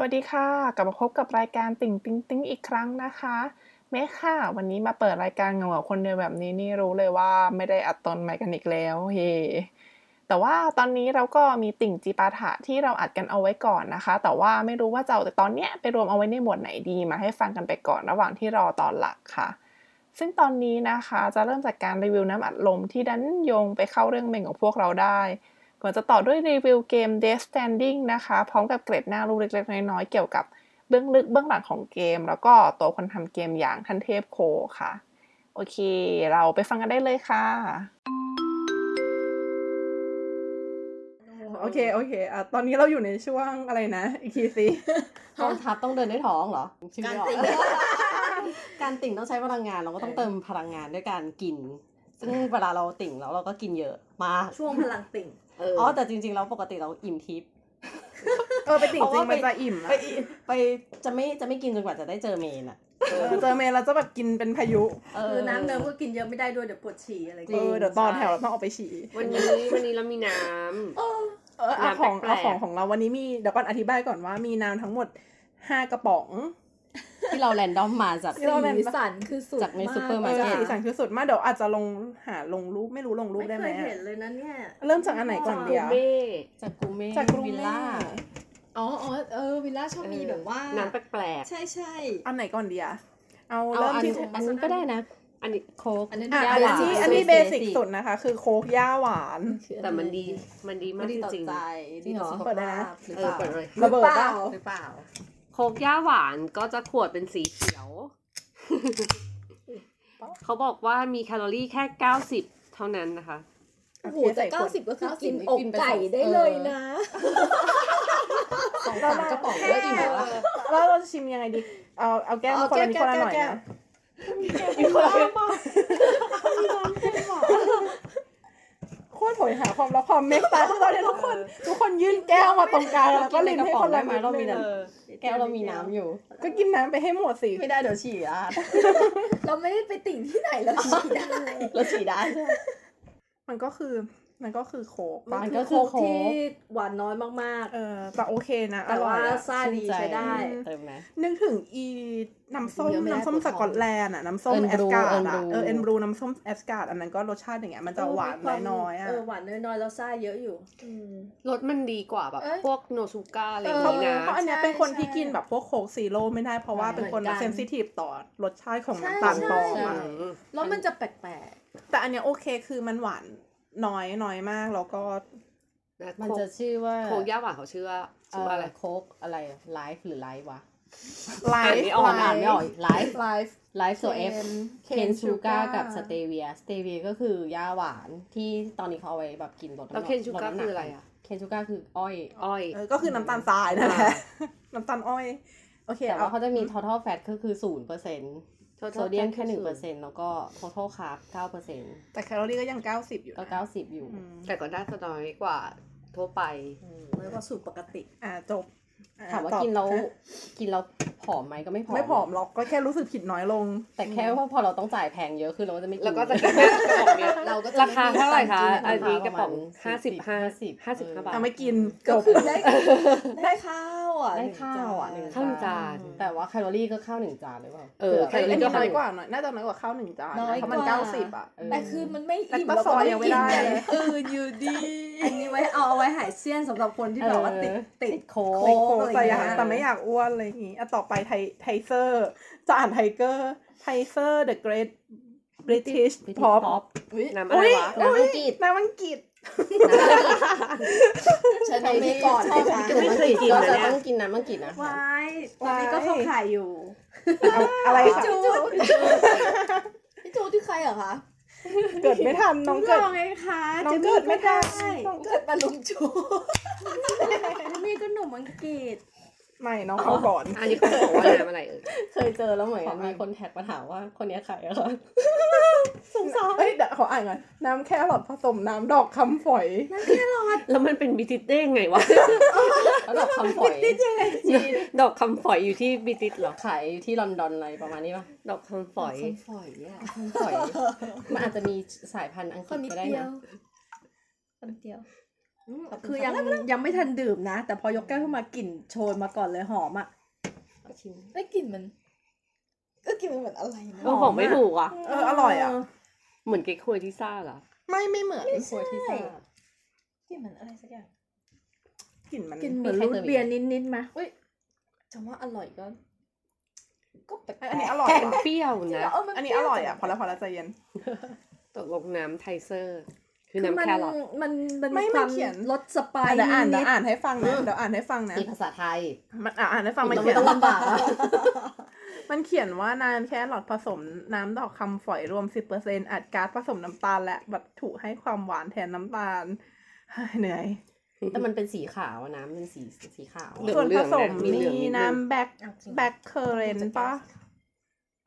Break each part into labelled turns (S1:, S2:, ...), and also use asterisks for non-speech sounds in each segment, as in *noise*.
S1: วัสดีค่ะ กลับมาพบกับรายการติ่งติ๊งติ๊งอีกครั้งนะคะเมคค่ะ วันนี้มาเปิดรายการเหงาๆคนเดียวแบบนี้นี่รู้เลยว่าไม่ได้อัดตอนใหม่กันอีกแล้วเฮแต่ว่าตอนนี้เราก็มีติ่งจีปาถะที่เราอัดกันเอาไว้ก่อนนะคะ แต่ว่าไม่รู้ว่าจะเอาแต่ตอนเนี้ยไปรวมเอาไว้ในหมวดไหนดีมาให้ฟังกันไปก่อนระหว่างที่รอตอนหลักค่ะ ซึ่งตอนนี้นะคะจะเริ่มจากการรีวิวน้ำอัดลมที่ดันโยงไปเข้าเรื่องเมงของพวกเราได้ ก่อนจะต่อด้วยรีวิวเกม Death Standing นะคะ พร้อมกับเกร็ดหน้ารู้เล็กๆ น้อยๆ เกี่ยวกับเบื้องลึกเบื้องหลังของเกม แล้วก็ตัวคนทำเกมอย่างท่านเทพโคค่ะ โอเค เราไปฟังกันได้เลยค่ะ โอเค โอเคอ่ะตอนนี้เราอยู่ในช่วงอะไรนะ อีกทีสิ
S2: กองทัพต้องเดินด้วยท้องเหรอชื่อไม่ออ
S3: การติ่ง
S2: *laughs* การติ่งต้องใช้พลังงาน เราก็ต้องเติมพลังงานด้วยการกิน ซึ่งเวลาเราติ่งแล้วเราก็กินเยอะมาก
S3: ช่วงพลังติ่งเออ
S2: อ๋อแต่จริงๆแล้วปกติเราอิ่มทิพย์
S1: เออ ไปติ่งจริง
S2: เพราะว่ามั
S1: มันจะอิ่มอะ
S2: ไปอิไปจะไม่จะไม่กินจนกว่าจะได้เจอเมนอ่ะ
S1: เออเจอเมย์เราจะแบบกินเป็นพายุ
S2: เออ
S3: คือน้ำเนิมก็กินเยอะไม่ได้ด้วยเดี๋ยวปวดฉี่อะไร
S2: จริ
S1: เอง อเดี๋ยวต่อ
S4: ใช่
S1: แถวเราต้องออกไปฉี่
S4: วันนี้วันนี้เรามีน้ำ
S3: เออ
S1: เออเอาของ
S4: น้ำแปล
S1: เอา
S4: กๆ
S1: ของของเราวันนี้มีเดี๋ยวก่อนอธิบายก่อนว่ามีน้ำทั้งหมดห้ากระป๋อง
S2: ที่เราแรนดอมมาจาก
S1: เยอะแบบ
S3: สีสันคือสุด
S2: จากใน
S3: ก
S2: ซูเปอร์
S1: เอ
S2: มา
S1: อ
S2: ใช่ ร์เก็ต
S1: สีสันคือสุดมากเดี๋ยวอาจจะลงหาลงรูปไม่รู้ลงรูป
S3: ไม่
S1: ได้ไหม
S3: เคย
S1: อะ
S3: เห็นเลยนะเนี่ย
S1: เริ่มจากอันไหนก่อน
S4: กู
S1: เดียว
S4: เม่
S2: จากกูเม่
S1: จากกรุง
S2: วิล
S1: เท
S2: ล่า
S1: พ
S5: อ๋ออ๋อเออ วิลล่าชอบมีแบบว่า
S4: น้ำแปลก
S5: ใช่ใช่
S1: อันไหนก่อนเดียเอา
S2: เอา
S1: เริ่ม
S2: อัน
S1: ที่
S2: อันนี้ก็ได้นะ
S4: ๆอันนี้
S2: โค้ก
S5: อันนั้น
S1: อ่ะ
S2: ย่า
S1: อั
S2: หวาน น
S1: นี้อันนี้เบสิกสุดนะคะ คือโค้กย่าหวาน
S5: คืออะไร
S4: แต่มันดีมันดีมา
S5: มัน
S4: ก
S5: ดี
S4: จ
S5: ต่อ
S4: ริง
S5: ใจ
S2: จริงเหรอ
S5: สุข
S1: เปิดได้นะ
S5: ภาพหรือ
S4: ๆเอ
S5: เป
S4: อ
S1: ระเบิ
S4: เปิดเลย
S5: ล่า
S1: ด
S5: หรือเป
S1: ปะ
S5: ล่าหรือเปล่า
S4: โคกย่าหวานก็จะขวดเป็นสีเขียว เขาบอกว่ามีแคลอรี่แค่ 90 เท่านั้นนะคะ
S5: โอ้โห
S1: โอเค
S5: แต่
S1: ใส่ข
S5: เก้าว
S1: ด
S5: สิบก็คือกิน
S3: อก
S5: กินป
S3: ไก่
S5: สอง
S3: ได้เลยนะ
S5: สองสามกระป๋องก็อิ่มแล้วอะ
S1: แล้วเราจะชิมยังไงดี เอาเอาแก้ว
S5: เอา
S1: คนละนิด
S5: แก้
S1: คน
S5: ว
S1: ละหน่อย
S5: แก้ว
S1: นะกินคนละโคตรโหยหาความรักความเมตตาของเราเนี่ยทุกคน ทุกคนยื่นแก้วมาตรงกลางแล้วก็ลิ้นให้คนละ
S2: เรากิน
S1: นิด
S2: ในกระป๋องได้ไหมเรามี
S1: นึง
S2: น้ แก้วเรามีน้ำอยู่
S1: ก็กินน้ำไปให้หมดสิ
S2: ไม่ได้เดี๋ยวฉี่อ่ะ
S5: เราไม่ได้ไปติ่งที่ไหนเราฉีดได้
S2: เราฉี่ได้
S1: มันก็คือ มันก็คือโคกปะ
S2: มั
S3: มัน น
S2: ก็
S3: ก็
S2: คื
S3: คือ อ
S2: โค้
S3: โค
S2: ก
S3: กที่หวานน้อยมาก
S1: เออแต่โอเคนะอ
S3: ๆแต่
S1: ร่อย
S3: ว่า
S1: อะ
S3: ซ่าดีใช้ได้
S1: อืม
S2: เติมไหม
S1: นึกถึงอีน้ำส้ม
S5: เดี๋ยวไม่ได้
S1: น้ำส้ม
S5: ปวด
S1: ส
S5: ท้อง
S1: กอตแลนด์อะน้ำส้ม
S2: Ernbrew
S1: แอสการ์ดอะ
S2: Ernbrew
S1: เออเอ็นบรูน้ำส้มแอสการ์ดอันนั้นก็รสชาติอย่างเงี้ยมันจะหวานน้อยๆอะ
S3: เออหวานน้อยๆแล้วซ่าเยอะอยู่
S4: รสมันดีกว่าแบบ
S5: เอ้ย
S4: พวกโนซูก้าอะไรอ
S1: เ
S4: ย่าง
S5: ดี
S4: นี้นะ
S1: พราะอันเนี้ย
S5: ใช่
S1: เป็นคนที่
S5: ใช่
S1: กินแบบพวกโคกซีโร่ไม่ได้เพราะว่า
S5: เหมื
S1: เป็
S5: อน น
S1: คน
S5: กัน
S1: เซนซิทีฟต่อรสชาติของ
S5: ใช่
S1: น้ำตาลปลอมอะ
S2: ใช่
S5: แล้วมันจะแปลก
S1: แต่อันเนี้ยโอเคคือมันหวานน้อยน้อยมากแล้วก็
S2: มันจะชื่อว่า
S4: โคกย่าหวานเขาชื่อว่า
S2: เอ
S4: ชื่อว่าอะไร
S2: อโคกอะไรไลฟ์หรือไลฟ์วะ
S1: ไล
S4: อ่าน
S1: ฟ์
S4: ไม่ออก
S1: ไล
S2: อ่าน
S1: ฟ์
S2: ไม่ออกไลฟ์
S5: ไลฟ์
S2: ไลฟ์โซเอฟเคนชูกากับสเตเวียสเตเวียก็คือยาหวานที่ตอนนี้เขาเอาไว้แบบกินลดำห
S4: แล้วเคนชูก้า
S2: ลดำห
S4: คืออะไรอ่ะ
S2: เคนชูกาคืออ้อย
S4: อ้อย
S1: เออก็คือน้ำตาลทรายนั่นแหละ
S4: อ่า
S1: น้ำตาลอ้อยโอเค
S2: แต่
S1: เอา
S2: ว่าเขาจะมี total fat ก็คือศูนย์เปอร์เซ็นต์โซเดียมแค่หนึ่งเปอร์เซ็นต์แล้วก็ total carb เก้าเปอร์เซ็นต์
S1: แต่แคลอรี่ก็ยัง 90 อยู่
S2: ก็
S1: นะ
S2: เก้าสิบอยู่
S1: อืม
S4: แต่ก็น่าจะน้อยกว่าทั่วไป
S3: น้อยกว่าสูตรปกติ
S1: อ่าจบอ่
S2: ถามว่า
S1: ตอบ
S2: กินแล้ว
S1: ฮะ
S2: กินแล้วผอมไหมก็ไม่ผอม
S1: ไม่ผอมหรอกก็แค่รู้สึกผิดน้อยลง
S2: แต่แค่ว่าพอเราต้องจ่ายแพงเยอะขึ้นเราก็จะไม่กิน
S4: แล้วก็จะกระป๋องเนี้ย
S5: เราก็จะ
S4: ราคาเท่าไหร่
S2: รา
S4: คะ
S2: คา
S4: อันนี้กระป๋อง
S2: ประมาณ
S4: ห้าสิบห้าสิบ
S2: 50
S4: ห้าสิบห้าบาท
S1: เอาไม่กินจ
S5: ก็
S1: บ
S5: คือได้ได้ข้าวอ่ะ
S2: ได้ข้าวอ่ะหนึ่ง
S4: ข้าวหนึ่งจาน
S2: แต่ว่าแคลอรี่ก็ข้าวหนึ่งจานหรือเปล่า
S4: เออแค
S1: แต่อั
S4: ลอน รี่
S1: นี้
S4: ก็
S1: น้
S4: น้
S1: อ
S4: อย ย
S1: ก
S4: กว่า
S1: ว่าหน่อยน่าจะน้อยกว่าข้าวหนึ่งจาน
S5: น้
S1: นะ
S5: อย
S1: เพ
S5: ก
S1: ราะ
S5: ว่า
S1: มันเก้าสิบอ่ะ
S5: แต่คือมันไม่อิ่ม
S1: แล้วก็
S5: เราก็
S1: ซอย
S5: ไม่
S1: ยังไม่
S5: กิน
S1: ได้
S5: ไง
S1: เลย
S5: เอออยู่ดี
S3: อันนี้ไว้เอาเอาไว้หายเสี้ยนสำหรับคนที่แบบว่าติด
S2: เออ
S3: ติด
S2: โค้
S1: โอ้
S2: ก
S1: โห
S3: อะไร
S1: แต่อ
S3: อาย
S1: ย่าง
S3: เงี้ย
S1: แต่ไม่อยากอ้วนอะไรอย่างงี้อ่ะต่อไปไทไทเซอร์ จะอ่านไทเกอร์ไทเซอร์ the great British
S2: พอ
S1: pop
S2: ป
S4: น้ำอะไร
S1: อุ้ยว
S4: ะ
S1: อุ้ย
S5: น้ำอังกฤษ
S1: น้ำอังกฤษ
S5: ใช้น้ำนี้ก่อน
S2: ช
S5: เล
S2: อบ
S5: ยค่ะ
S2: กินน้ำอังกฤษก็จะต้อง งกินน้ำอังกฤษ
S4: ก็จะต้อกินน้ำอังกฤษนะ
S2: นะ
S3: วายวันนี้ก็เข้าขายอยู่
S1: เอาอะไรคะ
S5: จูดพี่จูดที่ใครเหรอคะ
S1: เกิดไม่ทันน้อง
S3: ล
S1: เกิด
S3: องไงคะ
S1: น้อง
S3: จะ
S1: เกิดไม่ได้
S5: ต้องเกิดปาลุงจูด
S3: จะมีก็หนุ่มอังก *laughs* ฤษ
S1: ไม่น้องเอาก่อน
S4: อันนี้เขาบอกว่าน้ำอะไรเอ่ย
S2: เคยเจอแล้วเหมือนกันมีคนแท็กมาถามว่าคนเนี้ยใครอะคะสงสาร
S1: เอ้ยเดี๋ยวขออ่านก่อนน้ำแครอทผสมน้ำดอกคำฝอย
S4: แล้วมันเป็นบิติสได้ยังไงวะ
S2: แล้วดอกคำฝอย
S4: ดอกคำฝอยอยู่ที่บิติสเหรอ
S2: ขายที่ลอนดอนอะไรประมาณนี้ป่ะ
S4: ดอกคำฝอย
S2: คำฝอยอะคำฝอย มันอาจจะมีสายพันธุ์อังก
S5: ค
S2: ฤ
S5: น
S2: ษ
S5: นิด
S2: ก็ได้
S5: เดีย
S2: นะ
S5: วคนเดียว
S2: ขบณ
S3: คือยัง
S2: รับ
S3: ยังไม่ทันดื่มนะ แต่พอยกแก้วขึ้นมากลิ่นโชยมาก่อนเลยหอมอ่ะ
S2: ชิม
S5: ได้กลิ่นมัน ก็กลิ่นมันเหมือนอะไรนะ
S4: โอ้ของไม่ถูกอ่ะ
S1: เอออร่อยอ่ะ
S4: เหมือนเก๊กควยที่ซ่าเหรอ
S1: ไม่ไม่เหมือน
S2: ไม่ใช่ที่ทราบ
S5: กลิ่นเหมือนอะไรสักอย่าง
S1: กลิ่นมัน
S3: กินเหมือนรูทเบียร์นิดๆไหม
S5: อุ้ยจำว่าอร่อยก็ ก็แปลกๆ
S1: อันนี้อร่อย
S4: แกง
S1: ว่ะ
S4: เปรี้ยว
S5: จริงเห
S4: นะ
S5: รอเมั
S1: อันนี้
S5: เป
S1: อ
S5: ว
S1: ร่อยอ่ะพ
S5: จั
S1: อง แล้วพอแล้วใจเย็น
S4: ตกลงน้ำไทเซอร์ คื
S3: คือ อ
S4: น้ำ
S3: มัน
S4: แครอท
S3: มันมัน
S1: ไม่
S3: มี
S1: ไม่
S3: ความ
S1: เขียน
S3: รสสไป
S1: อ่ะ
S3: ซ์
S1: เดี๋ยวอ่านเดี๋ยว
S3: นิด
S1: อ่านให้ฟังนะเดี๋ยวอ่านให้ฟังนะ
S2: มีภาษาไทย
S1: มันอ่ะอ่านให้ฟังมัน
S2: เรา
S1: เขียน
S2: ไม่ต้องลำบากอะ
S1: มันเขียนว่านานแค่หลอดผสมน้ำดอกคำฝอยรวม 10%อัดก๊าซผสมน้ำตาลและวัตถุให้ความหวานแทนน้ำตาล *laughs* เฮ้ยเหนื่อย
S2: แต่มันเป็นสีขาวอะนะมันเป็นสีสีขาวอะ
S4: เหลื
S1: ส่วนผ
S4: องๆ
S1: ส
S4: นะ
S1: ม
S4: มีเหลือง
S1: มี
S4: นิดนึง
S1: น้ำแบล็ค
S5: ๆเอาจริง
S1: แบล็คเคอร์เรนต์ปะ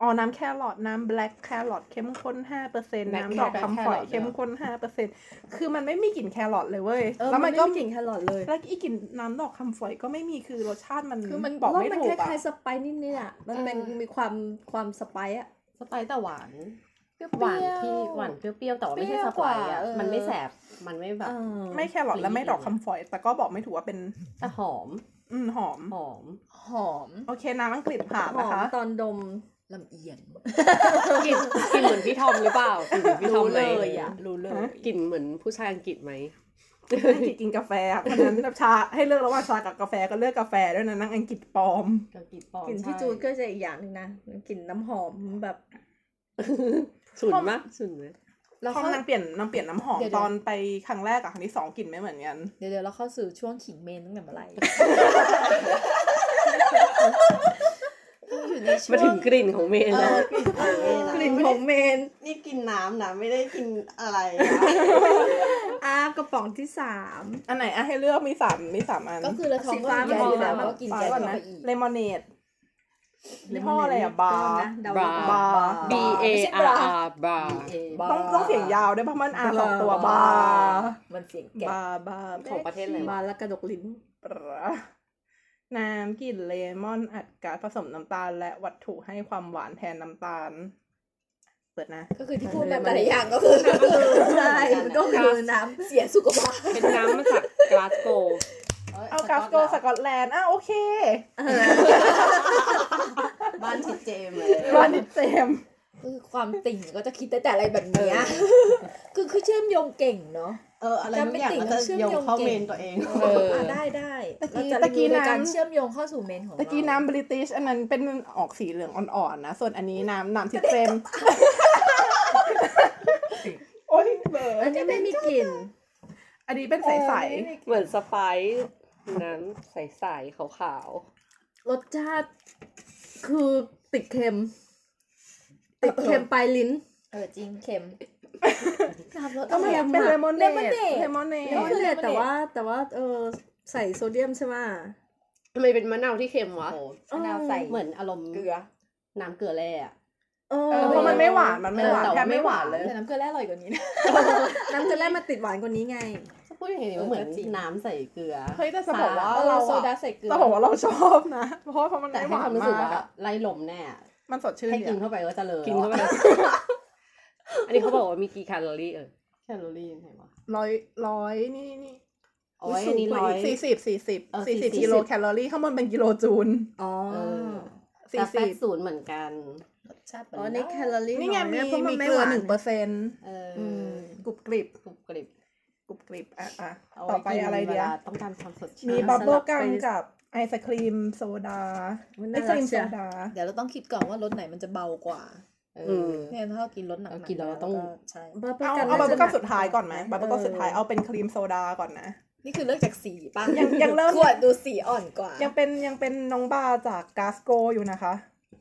S1: อ๋อ น้ำแครอทน้ำแบล็คแครอทเข้มข้น 5%
S2: แบล็ค
S1: น้ำดอก
S2: แครอท
S1: คำฝอย
S2: แครอท
S1: เข้มข้น 5%คือมันไม่มีกลิ่นแครอทเลยเว้ย
S3: เออ
S1: แล้ว
S3: มั
S1: มัน น
S3: ก็
S1: ก็
S3: กลิ่นแครอทเลย
S1: แล้วอีกกลิ่นน้ำดอกคำฝอยก็ไม่มีคือรสชาติมัน
S5: คือมัน
S1: บอกไม่
S3: แล้ว
S1: ถูก
S3: ค
S1: อะ
S3: ล้ายๆสไปซ์นิดๆอ่ะมันเป็น
S5: เออ
S3: มีความความสไปซ์อ่ะ
S2: สไปซ์แต่หวาน
S5: เปรี้ย
S2: หวานที่
S5: ๆ
S2: หวานเปรี้ยวๆแต่ว่าไม่ใช่ส
S5: เปรี้ยวก
S2: ไปซ์
S5: ว่า
S2: อะ
S5: เออ
S2: มันไม่แสบมันไม่แบบ
S1: ไม่แครอทและไม่ดอกคำฝอย แต่ก็บอกไม่ถูกว่าเป็น
S2: แต่หอม
S1: อืมหอม
S2: หอม
S5: หอม
S1: โอเคน้ำอังกฤษผ่าน
S3: หอ
S1: นะ
S3: ม
S1: คะ
S3: ตอนดม
S5: ลำเอียง
S4: กลิ่นกลิ่นเหมือนพี่ทอมหรือเปล่ากลิ่นเหมือนพี่ทอม
S5: รู้
S4: ไหม
S5: เลยอ่ะรู้เลย
S1: ฮะ
S4: กลิ่นเหมือนผู้ชายอังกฤษไหม
S1: อังกฤษกินกาแฟอะเพราะฉะนั้นชาให้เลือกระหว่างชากับกาแฟก็เลือกกาแฟด้วยนะนั่งอังกฤษปลอม
S2: กลิ่นปอม
S3: กลิ่นพี่
S2: ใช่
S3: จูดก็จะอีกอย่างหนึงนะกลิ่นน้ำหอมแบบ
S4: ฉุนมากฉุนไหม
S5: เรา
S1: ห้อง
S5: เข้า
S1: นางเปลี่ยนนางเปลี่ยนน้ำหอม
S5: เดี๋ยวๆ
S1: ตอนไปครั้งแรกกับครั้งที่สองกลิ่นไม่เหมือนกัน
S5: เดี๋ยวเดี๋ยวเราเข้าสู่ช่วงขิงเมนตั้งแต่เมื่อไหร่ อยู่ในช่ว
S4: มาถึ
S5: ง
S4: งกลิ่นของเมน
S5: เอ
S4: แล้ว
S5: อ
S3: กลิ่นของเมน
S2: นี่กินน้ำนะไม่ได้กินอะไร
S3: อากระป๋องที่สาม
S1: อันไหนอะให้เลือกมีสามมีสามอัน
S5: ก็คือเราท้องก็กินแก๊สอยู่แล้วเราก็กินแก๊ส
S1: ก่อน
S5: เข้า
S1: นะ
S5: ไปอีก
S1: เลมอนเนดยี่ห้ออะไรอะบาร์
S3: เดี๋ยวนะเดา
S1: บาร์
S5: ร์
S4: บ A
S5: ไม่ใช่
S4: R
S5: บรา
S4: R บรา
S1: ต้องต้องเสียงยาวด้วยเพราะมันอาสองตัวบาร์
S5: มันเสียงแก๊ส
S1: บาร์บาร์
S4: ของประเทศอะ
S3: บาว
S4: ไระ
S3: ร์แล้วกระดกลิ้น
S1: บราร์น้ำกลิ่นเลมอนอัดก๊าซผสมน้ำตาล และวัตถุให้ความหวานแทนน้ำตาล เปิดนะ
S5: ก็คือที่พูดมาแต่ละอย่างก็คือ
S3: ใช่ก็คือน้
S5: เสียสุขภาพ
S4: เป็นน้ำมาจากกลาสโกว
S1: เอากาสโกสกอตแลนด์อ่ะโอเค
S2: บ้านทิดเจมส์เลย
S1: รอนดิเจม
S5: คือความติ่งก็จะคิดแต่แต่อะไรแบบเนี้ยคือคือเชื่อมโยงเก่งเนาะ
S2: เอออะไรทุกอย่าง
S5: จำเป็นติ่ง
S2: ก็
S5: เชื่อม
S2: โย
S5: โยง
S2: งเข้า
S5: เก่ง
S2: เมนตัวเอง
S4: เออ
S5: อ่ะได้ได้
S1: ตะกี้
S5: เราจะ
S1: ตะกี้
S5: มีการ
S1: น้ำ
S5: เชื่อมโยงเข้าสู่เมนของเรา
S1: ตะกี้น้ำบริติชอันนั้นเป็นออกสีเหลืองอ่อนๆนะ ส่วนอันนี้น้ำน้ำทิดเจมโอ้ยเบอ
S3: ำอันนี้ไม่มีกลิ่น
S1: อันนี้เป็นใส
S4: เหมือนสไปซ์น้ำใสๆขาว
S3: รสชาติ คือติดเค็ม ติดเค็มปลายลิ้น
S5: เออจริงเค็มน้ำรส
S1: ๆ
S5: อะ
S1: ก็ไม่
S5: ไร
S1: เป็นเลมอนเนด
S5: เล
S1: เลม
S5: ม
S1: อ
S5: อน น
S1: เนด
S5: เนด
S3: ก็คือเนี่ยแต่ว่าแต่ว่าเออใส่โซเดียมใช่ไหม
S4: ๆทำไมเป็นมะนาวที่เค็มวะ
S2: โอ้โหมะนาวใส่
S3: เออ
S2: เหมือนอารมณ์
S5: เกลือ
S2: น้ำเกลือแร่อะ
S3: เออ
S1: เออเพราะมันไม่หวานมันไม่หวาน
S2: เออแต่ว่า
S1: แทบไม่หวาน
S2: ไม่หวาน
S1: เลย
S5: แต่น้ำเกลือแร่อร่อยกว่านี้นะ
S3: น้ำจะแร่มาติดหวานกว่านี้ไง
S2: จะพูดยังไงดีว่าเหมือนน้ำใส่เกลือ
S1: เฮ้ยแต่จะบอกว่า
S5: เอ
S1: เรา
S5: อโซดา
S1: อะ
S5: ใส่เกลือ
S1: จะบอกว่าเราชอบนะ เพราะว่ามัน
S2: แต่
S1: ไม่
S2: ให้
S1: หวา
S2: คนวามรู้สึก
S1: มาก
S2: ว่า
S1: อะ
S2: ไล่ลมแน่อะ
S1: มันสดชื่น
S2: ให้
S1: ดี
S2: กิน
S1: อะ
S2: เข้าไปก็จะเลอะ
S4: กินเข้าไป อันนี้เขาบอกว่ามีกี่แคลอรี่เออ
S2: แคลอรี่เห็นปะ
S1: ร้อยร้อยนี่นี่
S2: โอ้ยอันนี้
S1: สูงกว่า
S2: ร้อย
S1: กสี่สิบสี่สิบ
S2: เออ
S1: สี่สิบ
S2: 40
S1: กิโลแคลอรี่ข้างบนเป็นกิโลจูล
S3: อ๋อ
S2: เออ
S1: สี่
S2: แต่แฟ
S1: สิ
S2: ต
S1: บ
S2: ศูนย์เหมือนกัน
S5: รสชาติ
S3: อ๋อในแคลอรี่
S1: นี่ไง
S3: อย
S1: มี
S3: เยเพราะ
S1: มี
S3: นไ
S1: เกลือ
S3: วา
S1: หนึ่งเปอร์เซ็นต์
S2: เอออก
S1: รุบกริบ
S2: กรุบกริบ
S1: กรุบกริบอ่ะอ่ะ
S2: เา
S1: ต่
S2: ว้
S1: อไปอะไร
S2: กิน
S1: เดี
S2: วย ลาต้องการความสดชื่น
S1: มี
S3: บั
S1: บับ
S3: ฟ
S1: เบิลกั
S3: ส
S1: ม
S3: ลับไป
S1: กับไอศครีมโซดา
S3: อุ๊ย
S1: ไอ
S3: น่า
S1: ศครีม
S3: รักเชี
S1: โซ
S3: ยว
S1: ดา
S5: เดี๋ยวเราต้องคิดก่อนว่ารสไหนมันจะเบากว่า
S2: เอ
S4: อื
S2: อ
S4: ม
S5: เนี่ยถ้าเรากินรสหนัก
S2: เรา
S5: ๆ
S2: กินแล้วเราต้อง
S5: ใช่
S3: บับเบิ้ล
S1: เอา
S3: กัม
S1: เอาบับเบิลกัมสุดท้ายก่อนไหม
S3: เ
S1: บับเบิลกัมสุดท้ายเอาเป็นครีมโซดาก่อนนะ
S5: นี่คือเลือกจากสีป่ะ
S1: ยังยังเริ่ม
S5: ขวดดูสีอ่อนกว่า
S1: ยังเป็นยังเป็นน้องบาจากกาสโกอยู่นะคะ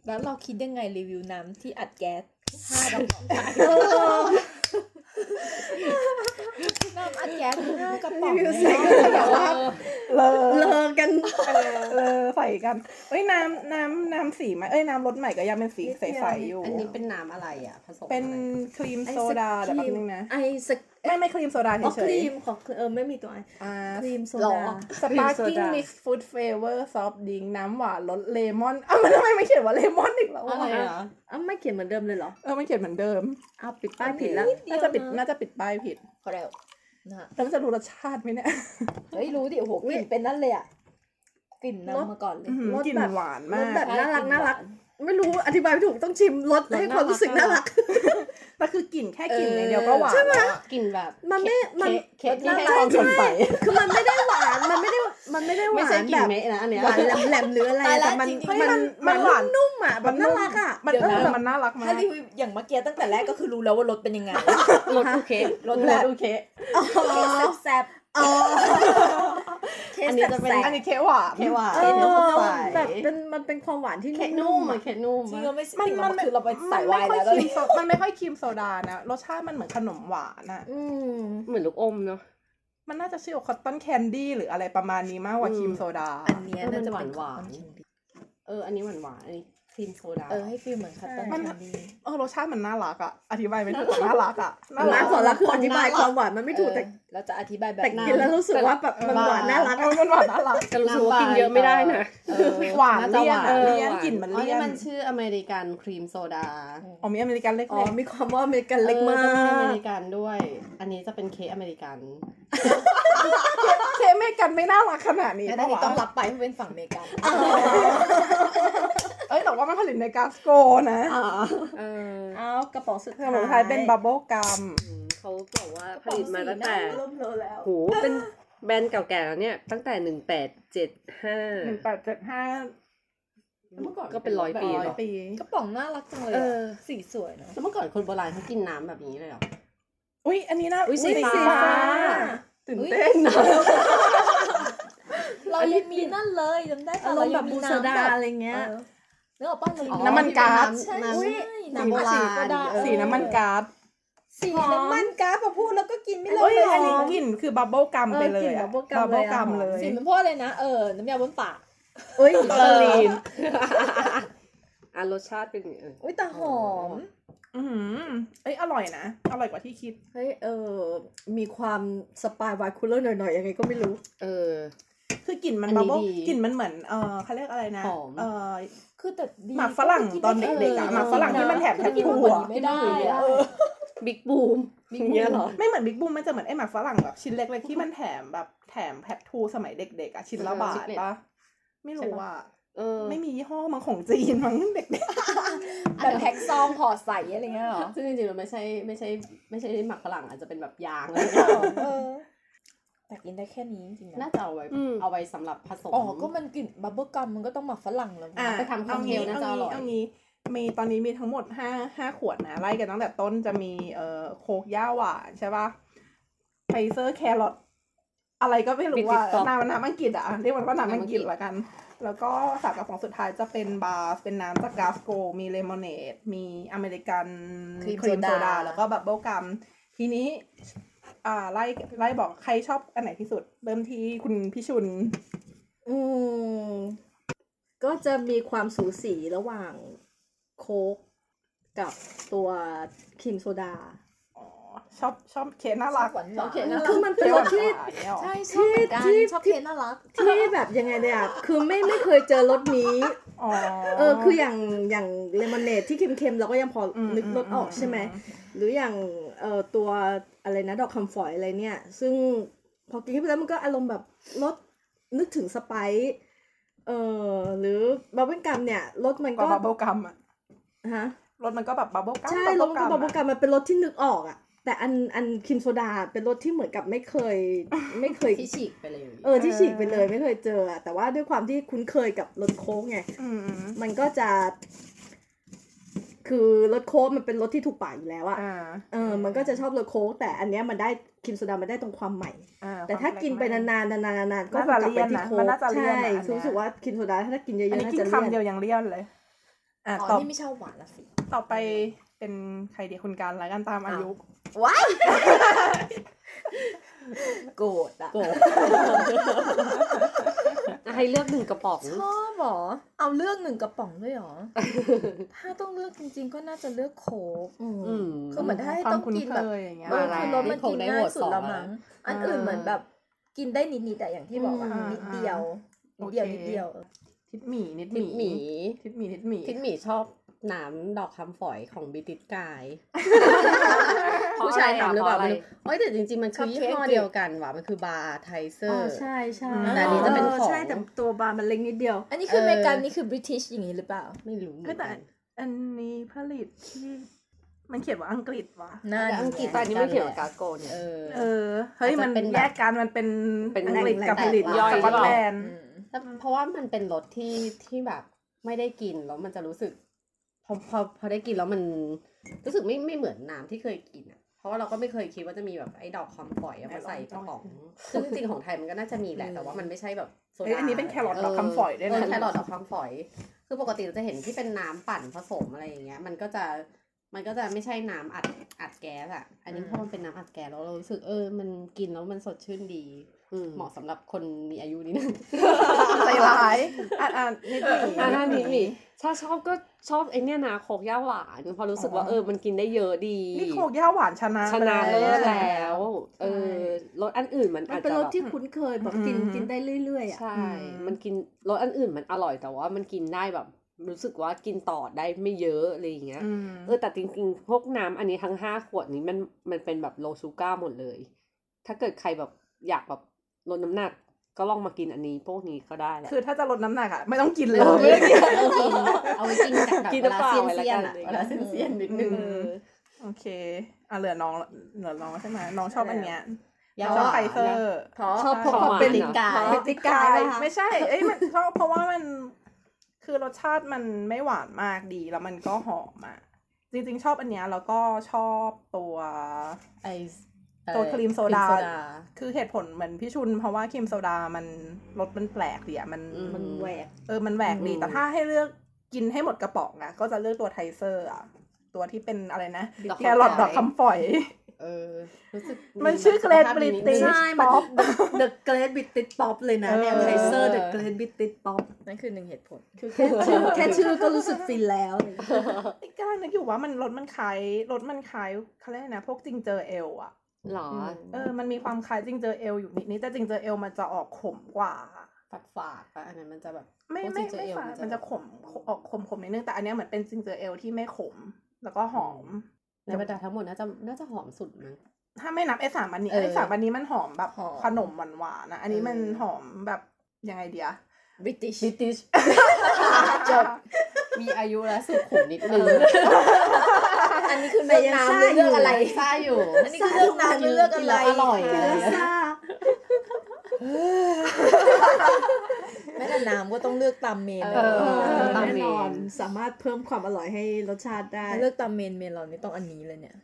S5: แล้วเราคิดยังไงรีวิวน้ำที่อัดแก๊สห้าดอก *laughs* น้ำอัดแก๊สห้ากระป๋อง
S3: รีวิว
S5: เล
S3: ใส่
S5: ย
S3: กระ
S5: นะ
S3: ป๋อง
S5: แบบว่า
S1: เลอ
S3: เลอกัน
S1: เลอใส่กันเอ้ยน้ำน้ำน้ำสีใหม่เอ้ยน้ำรสใหม่ก็ยังเป็นสี
S3: นิด
S1: ใ
S3: เดียว
S1: สๆอยู่
S2: อันนี้เป็นน้ำอะไรอ่ะผสม
S1: เป็น
S2: อะไร
S1: ครีมโซดาเดี๋ยวแป๊บนึงนะ
S3: ไอศกรีม
S1: ไม่ไม่ครีมโซดา
S3: อ๋อ
S1: เฉ
S3: ค
S1: ย
S3: รีมของเออไม่มีตัวไอ
S1: ๆอ่า
S3: ครีมโซ
S5: หลอ
S3: ดา
S1: สปาร์กิ้ง
S4: Soda
S1: มิกซ์ฟู้ดเฟเวอร์ซอฟต์ดิงน้ำหวานรสเลมอนอ้าวมันทำไมไม่เขียนว่าเลมอนอีกแล้ว
S2: อะไร
S1: วะ
S2: เหรอ
S3: อ้าวไม่เขียนเหมือนเดิมเลยเหรอ
S1: เออมันเขียนเหมือนเดิม
S3: อ้าวปิดป้ายผิดแล้ว
S5: นิเย
S1: น่าว จะปิด
S5: เนอะ
S1: น่าจะปิดป้ายผิด
S5: พอแล้ว นะ
S1: แล้วมันจะรู้รสชาติไหมเนี่ย
S5: เฮ้ยรู้ดิโอ้โหกลิ่นเป็นนั่นเลยอะกลิ่น
S3: รส
S5: นำมาก่อนเลย
S1: อื้อหือ
S3: รส
S1: ก
S3: แบบ
S1: ลิ่นหวานมาร
S3: สแบ
S1: ก
S3: บน่ารักน่ารัก ไม่รู้อธิบายไม่ถูกต้องชิมรส
S2: รส
S3: ให้ความรู้สึกน่า
S2: น่ารั
S3: รัก
S2: ก
S1: แต่คือกลิ่น *laughs* แค่กลิ่นอย่างเดียวก็หวาน
S3: ใช่ไหม
S1: แล้วอะ
S2: กลิ่นแบบ
S3: มันไม่มัน
S2: เค้กที่
S3: น่า
S2: ให้
S3: รัก
S2: ความสนใจ
S3: คือมันไม่ได้หวานมันไม่ได้มันไม่ได้ห
S2: ไม่
S3: วา
S2: ใช่
S3: น
S2: กลิ่
S3: แบ
S2: น
S3: บ
S2: เมะนะอันเนี้ย
S3: หวานแหลมๆหรืออะไร
S5: ตายละ
S3: แต่มัน
S5: จริงๆ
S3: มันมัน
S1: มั
S3: มัน
S1: น
S3: หวาว
S1: หาน น
S3: นุ่มอ่ะแบบน่ารักอ่ะ
S1: มัน
S5: เดี๋ยวนะ
S1: แต่มันน่ารักมา
S5: ถ้าก รีวิวอย่างเมื่อกี้ตั้งแต่แรกก็คือรู้แล้วว่ารสเป็นยังไง
S4: รสโอเค
S5: รสแบบ
S2: โอเค
S5: แซ่บๆเทส
S2: อันนี้จะเป็น
S5: แซ่บ
S1: อันนี้เค้กหวาน
S2: เค้กหวาน
S3: เอ
S2: เค้กนุ่ม
S3: อ
S2: ใส
S3: แบบเป็นมันเป็นความหวานที่
S2: เค้กนุ่
S3: นุ่
S2: ม
S3: ม
S2: อ่ะเค้กนุ่ม
S5: ๆจริง
S2: อะ
S5: เราไม่
S1: มันมัน
S5: ติ่งเราคือเราไป
S1: มั
S5: ใส่
S1: น
S5: ไวน์
S1: ไม่
S5: แล้
S1: ค่อ
S5: วตอย น
S1: ครีม
S5: นี้
S1: โซมันไม่ค่อยครีมโซดานะรสชาติมันเหมือนขนมหวานอะ
S3: อืม
S4: เหมือนลูกอมเนาะ
S1: มันน่าจะชื่อคอตตอนแคนดี้หรืออะไรประมาณนี้มากกว่า
S4: อืม
S1: ครีมโซดา
S5: อันเนี้ยน่าจะเป็นของ
S2: เอออันนี้หวานหวานๆอันนี้ครีมโซดา
S5: เออให้ฟีลเหมือนคัตเตอร์
S1: มัน
S5: แคนดี้
S1: เออรสชาติมันน่ารักอะอธิบายไม่ถูกแต่น่ารักอะน่ารั
S3: น่ารั
S1: ก
S3: กสำหรับคืออธิบายความหวานมันไม่ถูกแต่
S5: เออเราจะอธิบายแบบ
S3: แต่
S5: นั้น
S3: กินแล้วรู้สึกว่าแบบมันหวานน่ารัก
S1: เออมันหวานน่ารัก
S4: แต่รู้สึกว่ากินเยอะไม่ได้นะ
S2: เออ
S1: หวานเลี่ยน
S2: เอ
S1: อะ
S2: อ
S1: เลี่ยนกลิ่นมัน
S2: อ๋อ
S1: เลี่ย
S2: นี่
S1: น
S2: มันชื่ออเมริกันครีมโซดา
S1: อ๋อมีอเมริกันเล็ก
S3: อ๋อมีความว่าอเมริกันเล็กมา
S2: ออจะเป็นอก เมริกันด้วย อันนี้จะเป็นเค้กอเมริกัน
S1: ๆเค้กอเมริกันไม่น่ารักขนาดนี้
S5: แล้ว
S1: ปะ
S5: นี่
S1: วะ
S5: ต้องรับไปเพราะเป็นฝั่งอเมริกัน
S1: เอ้ยแต่ว่ามันผลิตในกาสโกนะ
S2: อ่า
S4: เออ
S3: เอากระป๋องสุด
S1: ขนมไทยเป็นบับเบิลกัม
S4: เขาบอกว่าผลิตมาตั้งแต่
S5: ล่มโลแล้ว
S4: โหเป็นแบรนด์เก่าแก่แล้วเนี่ย ตั้งแต่หนึ่งแปดเจ็ดห้า
S1: หนึ่งแปดเจ็ดห้า
S2: เมื่อก่อน
S4: ก็เป็นร้อยปี
S1: ร้อ
S4: เน
S1: ย
S4: อะ
S1: ปี
S5: กระป๋องน่ารักจังเลย
S4: เอ
S5: อะ
S4: อ
S5: สีสวยเนาะ
S2: แล้วเมื่อก่อนคนโบราณเขากินน้ำแบบนี้เลยเหรอ
S1: อุ้ยอันนี้น่า
S4: อุ๊ยสีฟ้า
S1: ตื่นเต้นนะ
S5: เรายังมีนั่นเลยจำได้
S3: อา
S5: ปะ
S3: รมณ์แบบ
S5: เยั
S3: บู
S5: ง
S3: สดา
S5: แบบ
S3: อะไรเงี้ย
S5: เออนึกออกปะเรายัง
S2: อ๋อ
S1: น้ำมันก๊าซ
S5: ใช่
S2: น้ำ
S5: ใช่
S2: น้ำโบราณ
S5: สีก็ได้เออ
S1: สีน้ำมันก๊าซ
S5: สีน้ำมันก๊าซพอพูดแล้วก็กินไม่ลง
S1: เอ้ย
S5: เลย
S1: อันนี้กลิ่นคือบับเบิลกัม
S3: เออ
S1: ไปเลย
S3: กลิ่น
S1: อะ
S3: bubble gum
S1: เบิลกัมเล
S3: เลยอะ
S1: ย
S5: สีมันพ่อเลยนะ เออ น้ำยาบนปาก
S3: เอ้ย
S1: เออลีน
S4: อ่ะรสชาติเป็นยังไงเอ่ย
S5: อุ้ยแต่หอม
S1: อืมเอ้ยอร่อยนะ อร่อยกว่าที่คิด
S3: เฮ้ยเออมีความสปายวายคูลเลอร์หน่อยๆยังไงก็ไม่รู้
S4: เออ
S1: คือกลิ่นมัน
S2: อันนี้
S1: บับเบิล
S2: ดี
S1: กลิ่นมันเหมือนเออเขาเรียกอะไรนะ
S2: หอม
S1: เออ
S5: คือแต่ดี
S1: หมากฝรั่งตอนเด็กๆอะหมากฝรั่งที่มันแถมแพ็
S5: คื
S1: ค
S5: อกิน
S1: คู่
S5: มากกว่า
S1: อะ
S5: นี้ไม่ได้อะ
S4: เออ บิ๊กบูมบิ๊กเนี้ยเหรอ
S1: ไม่เหมือนบิ๊กบูมมันจะเหมือนไอ้หมากฝรั่งแบบชิ้นเล็กๆที่มันแถมแบบแถมแพ็คทูสมัยเด็กๆอะชิ้น
S4: เออบ
S1: ละาท
S4: Secret
S1: ปะไม่รู้อะ
S4: เออ
S1: ไม่มียี่ห้อมั้งของจีนมั้งเด็ก
S5: แบบแพ็คซองห่อใสอะไรเงี้ยเหรอ
S2: ซึ่งจริงๆมันไม่ใช่ไม่ใช่ไม่ใช่หมักฝรั่งอาจจะเป็นแบบยางอะไรเงี้ย
S5: เออแต่กินได้แค่นี้จริงๆ
S2: น่า
S5: นะ
S2: จะเอาไว้
S4: อืม
S2: เอาไว้สำหรับผสม
S5: อ๋อก็มันกลิ่นบับเบิ้ลกัมมันก็ต้องหมักฝรั่งแล้ว
S1: ๆ
S5: มั้ง
S2: ไปทำค็อกเทลน่าจะอร่อย
S1: เอางี้มีตอนนี้มีทั้งหมดห้าห้าขวดนะไล่กันตั้งแต่ต้นจะมีเอ่อโคกย่าหวานใช่ป่ะไฟเซอร์แครอทอะไรก็ไม่รู้ว่า
S4: Bitter Stop
S1: น้ำน้ำอังกฤษอะเรียกมันว่าน้ำอังกฤษ
S4: น้ำอังกฤษ
S1: ละกัน แล้วก็สามกระป๋องสุดท้ายจะเป็นบาร์เป็นน้ำจากกาสโก มีเลมอนเนดมีอเมริกัน
S5: ครีม
S1: โซ
S5: โซ
S1: ดา
S5: ดา
S1: แล้วก็บับเบิลกัมทีนี้ อ่าไล่ไล่บอกใครชอบอันไหนที่สุด เริ่มที่คุณพิชุน
S3: อืมก็จะมีความสูสีระหว่างโค้กกับตัวครีมโซดา
S1: อ๋อชอบชอบเคสน่ารัก
S5: หวานหวาน
S3: คือมันเป็นรสที่
S5: ใช่ชอบเหมือนกัน
S3: ที่ที่
S5: ชอบเทียนน่ารัก
S3: ที่แบบยังไงเนี่ยคือไม่ไม่เคยเจอรสนี้
S1: อ๋อ
S3: เออคืออย่างอย่างเลมอนเนดที่เค็มๆเราก็ยังพออ
S1: ม
S3: นึกรสออก
S1: อืม
S3: ใช่ไหม
S1: อืม
S3: หรืออย่างเอ่อตัวอะไรนะดอกคำฝอยอะไรเนี่ย ซึ่งพอกินเข้าไปแล้วมันก็อารมณ์แบบรสนึกถึงสไปซ์เออหรือบับเบิ้ลกัมเนี่ยรสมัน
S1: ก็
S3: ก็
S1: บับเบิลกัมอะ
S3: ฮะ
S1: รถมันก็แบบบับเบิลกัม
S3: ใช่รสมันก็บับเบิ้ลกัมมันเป็นรสที่นึกออกอะแต่อันอันคิมโซดาเป็นรสที่เหมือนกับไม่เคย ไม่เคย
S2: ที่ฉีกไปเลย
S3: เออที่ฉีกไปเลยไม่เคยเจออะแต่ว่าด้วยความที่คุ้นเคยกับรสโค้กไง
S1: อืมอืม
S3: มันก็จะ คือรสโค้กมันเป็นรสที่ถูกปากอยู่แล้วอะ
S1: อ่า
S3: เออ มันก็จะชอบรสโค้กแต่อันเนี้ยมันได้ครีมโซดามันได้ตรงความใหม่
S1: อ่
S3: แต่ถ้ากินไปนานๆ
S1: น
S3: นานๆนานๆก็ก
S1: น่า
S3: ลั
S1: จะ
S3: บไปที่โค้
S1: เลี่ยนนะมัน
S3: ก
S1: น่าจะเลี่ยน
S3: ใช่
S1: อะอันเนี้ย
S3: รู้สึกว่าครีมโซดาถ้ากินเย
S1: อัน
S3: อะๆ
S1: นี้
S3: น่า
S1: กิ
S3: จะ
S1: น
S3: เลี่
S1: คำเดี
S3: ย
S1: ย
S3: น
S1: วยังเลี่ยนเลย อ่า
S5: อ๋อ
S1: ต่อ
S5: นี่ไม่ชอบหวานละสิ
S1: ต่อไปเป็นใครเดียคุณการแล้วกันตามอายุ
S5: ว้ายโกรธอะ
S2: โกรธ
S4: ให้เลือกหนึ่งกระป๋อง
S5: ชอบเหรอ เอาเลือกหนึ่งกระป๋องด้วยเหรอ ถ้าต้องเลือกจริงๆ ก็น่าจะเลือกโคกอืม
S4: อืม
S5: คือเหมือนถ้าให้
S1: ควา
S5: ต้
S1: ม
S5: อง
S1: คุ้น
S5: กิน
S1: เค
S5: แบบ
S1: ยอย่างเงี้ย
S5: เออ
S2: มาแล้
S5: คือ
S2: ว
S5: รสมันกินง่ายสุ
S2: นี่คงได้หมดส
S5: ด
S2: อง
S5: ละมั้ง อันอื่นเหมือนแบบกินได้นิดๆแต่อย่างที่บอกว่า
S1: อืม
S5: นิดเดียว
S1: โอ
S5: นิด
S1: เค
S5: เดียวนิดเดียวเออ
S1: ทิดหมีนิด
S2: ทิด
S1: ห
S2: ห
S1: มี
S2: มี
S1: ทิดหมีนิดหมี
S2: ทิดหมีชอบ หนามดอกคำฝอยของบิติสกาย
S4: เพระ
S2: ผู้ชายทำหรือเปล่า
S4: ะ
S2: ไม่
S4: ไะ
S2: รู้เอ้ยแต่จริงๆ มันคือยี่ห้อเดียวกันว่ะมันคือบาร์ไทเซอ
S3: อ๋อ
S2: ร์
S3: ใช่ใช่
S2: แต่อันนี้จะเป็น
S3: ออ
S2: ของ
S3: ใช่แต่ตัวบาร์มันเล็กนิดเดียว
S5: อันนี้คือ
S2: เออ
S5: เมกันนี่คือบริติชอย่างนี้หรือเปล่า
S2: ไม่รู้เหมื
S3: ไม่
S2: อน
S3: แต่
S2: กัน
S3: อันนี้ผลิตที่มันเขียนว่าอังกฤษวะ
S5: น่า
S2: แต่อังกฤษ
S5: แห
S4: แต่
S5: ละ
S4: อันนี้ไม่เกี่ยวกับกาโกเนี่ย
S2: เออ
S3: เออ เฮ้ย มัน
S2: อาจจะเป็นแบบ
S3: แยกกันมันเป็น
S4: เป็น
S3: อังกฤษกับ
S2: แหล่
S3: ผ
S2: ง
S3: ลิต
S2: ย่อย
S3: สกอตแลน
S5: อื
S3: ด์
S5: ม
S2: แต่เพราะว่ามันเป็นรสที่ที่แบบไม่ได้กินแล้วมันจะรู้สึก พอพอพอได้กินแล้วมันรู้สึกไม่ไม่เหมือนน้ำที่เคยกินอ่ะ เพราะว่าเราก็ไม่เคยคิดว่าจะมีแบบไอ้ดอกคอมฝอยเอามาใส่กระป๋องซึ่งจริงๆของไทยมันก็น่าจะมีแหละแต่ว่ามันไม่ใช่แบบโซ
S3: เฮ้ย
S2: ดา
S3: อันนี้เป็นแครอทดอกคำฝอยด้วย
S2: เอ
S3: นะ
S2: อแครอทดอกคำฝอย คือปกติเราจะเห็นที่เป็นน้ำปั่นผสมอะไรอย่างเงี้ย มันก็จะมันก็จะไม่ใช่น้ำอัดอัดแก๊สอ่ะ อันนี้พอมันเป็นน้ำอัดแก๊สแล้วเรารู้สึกเออ มันกินแล้วมันสดชื่นดี
S4: อืม
S2: เหมาะสำหรับคนมีอายุนิดนึง
S3: ใจร้ายอ่ะอ่ะนิดหนึ่ง
S4: อ่านั่นนี่นี่ชอบชอบก็ชอบไอเนี่ยนะโคกย่าหวานเพอรู้สึกว่า
S3: อ๋อ
S4: เออมันกินได้เยอะดี
S3: นี่โคกย่าหวานชนะ
S4: ชนะเลิศ
S3: ไป
S4: แล้ว เออรสอันอื่นมัน
S3: มั
S4: อาน จ
S3: เป็น
S4: จะ
S3: ร
S4: แบ
S3: ส
S4: บ
S3: ที่คุ้นเคยแบบกิน
S1: อืม
S3: กินได้เรื่อยๆอ่ะ
S4: ใช่
S3: อืม
S4: มันกินรสอันอื่นมันอร่อยแต่ว่ามันกินได้แบบ รู้สึกว่ากินต่อได้ไม่เยอะอะไรอย่างเงี้ย
S1: อืม
S4: เออแต่จริงๆพวกน้ำอันนี้ทั้งห้าขวดนี้มันมันเป็นแบบโลชูก้าหมดเลย ถ้าเกิดใครแบบอยากแบบลดน้ำหนักก็ลองมากินอันนี้พวกนี้ก็ได้แหละ
S1: คือถ้าจะลดน้ำหนักอะไม่ต้องกินเลย
S2: เอาไว้กินเอาไว้กินแบบ
S4: กิน
S2: เวลา
S4: น้ำเปล่า
S2: เซียนเซียอะเว
S4: ไว้ละกัน น
S2: ลาเซียนเซียนนิดนึง
S1: อืม โอเคอ่ะเหลือน้องเหลือน้องใช่ไหมน้องชอบอันเนี้ย
S2: ยา
S1: น้องชอบ
S2: หวาน
S1: ไฟเซอร์
S3: เพราะ
S4: ชอบ
S2: เพ
S4: ขอ
S2: ราะค
S4: งห
S2: วาม
S4: วาน
S2: เป็น
S4: เห
S2: ลิ
S4: รอ
S2: กาย
S3: พฤติกาย ปะคะ
S1: ไม่ใช่เอ้ยมันเพราะเพราะว่ามันคือรสชาติมันไม่หวานมากดีแล้วมันก็หอมอ่ะจริงๆชอบอันเนี้ยแล้วก็ชอบตัว
S2: ไอ
S1: ตัวครีมโซดา
S2: ครีมโซดา
S1: คือเหตุผลเหมือนพี่ชุน เพราะว่าครีมโซดามันรสมันแปลกดีอะมัน
S4: อืม
S3: มันแหวก
S1: เออมันแหวกดี
S4: อืม
S1: แต่ถ้าให้เลือกกินให้หมดกระป๋องอะก็จะเลือกตัวไทเซอร์อะตัวที่เป็นอะไรนะ
S4: ดอก
S1: แค
S4: คำฝอย
S1: รอทดอกคำฝอย
S2: เออรู้สึก
S1: มันชื่อเกรดบริติช
S2: ใช่
S3: ใช่มัน
S1: Pop
S3: The Great British Pop เลยนะเนี่ย
S1: เออ
S3: ไทเซอร์ The Great British Pop
S5: นั่นคือหนึ่งเหตุผล
S3: คือแค่ชื่อแค่ชื่อก็รู้สึกฟินแล้วอะไรอย่างเงี้ย
S1: กำลังนึกอยู่ว่ามันรสมันคล้ายรสมันคล้ายเขาเรียกอะไรนะพวกจิงเจอเอลอะ
S4: หรอ
S1: เออมันมีความคล้ายจิงเจอเอลอยู่นิดนี้แต่จิงเจอเอลมันจะออกขมกว่า
S2: ฝาดฝาดๆปะอันนั้นมันจะแบบ
S1: ไม่
S2: พวก
S1: ไม่
S2: จิงเจอ
S1: ไม่
S2: เอล
S1: ฝาด
S2: มันจะ
S1: มันจะขมออกขมขมนิดนึงแต่อันเนี้ยเหมือนเป็นจิงเจอเอลที่ไม่ขม แล้วก็หอม
S2: ในบรรดาทั้งหมดน่าจะน่าจะหอมสุดมั้ง
S1: ถ้าไม่นับไอ้สามอันนี้
S2: เออ
S1: ไอ้สามอันนี้มันหอมแบบ
S5: หอม
S1: ขนมหวานๆนะอันนี้มัน
S2: เออ
S1: หอมแบบยังไงเดีย
S5: บริติช
S2: บิติชจบมีอายุแล้วสุขุมนิดนึง
S5: อันนี้คือ
S3: แต่
S5: เลือก
S3: ยัง
S5: น้ำ
S3: ซ่า
S5: หรือเลื
S3: อยู่
S5: อกอะไร
S2: ซ่าอยู่
S5: อันนี้คือเลือกน้ำหรือเลือก
S2: กิน
S5: อะ
S2: แล้
S5: ไร
S2: วอร่อย
S3: เนื้อซ่า
S5: แม้แต่น้ำก็ต้องเลือกตามเมน
S4: เออ
S3: แน่
S4: แน่
S3: น
S4: น
S3: อ
S4: อน น
S3: สามารถเพิ่มความอร่อยให้รสชาติได้
S5: ถ้าเลือกตามเมนเมนเรานี่ต้องอันนี้เลยเนี่ย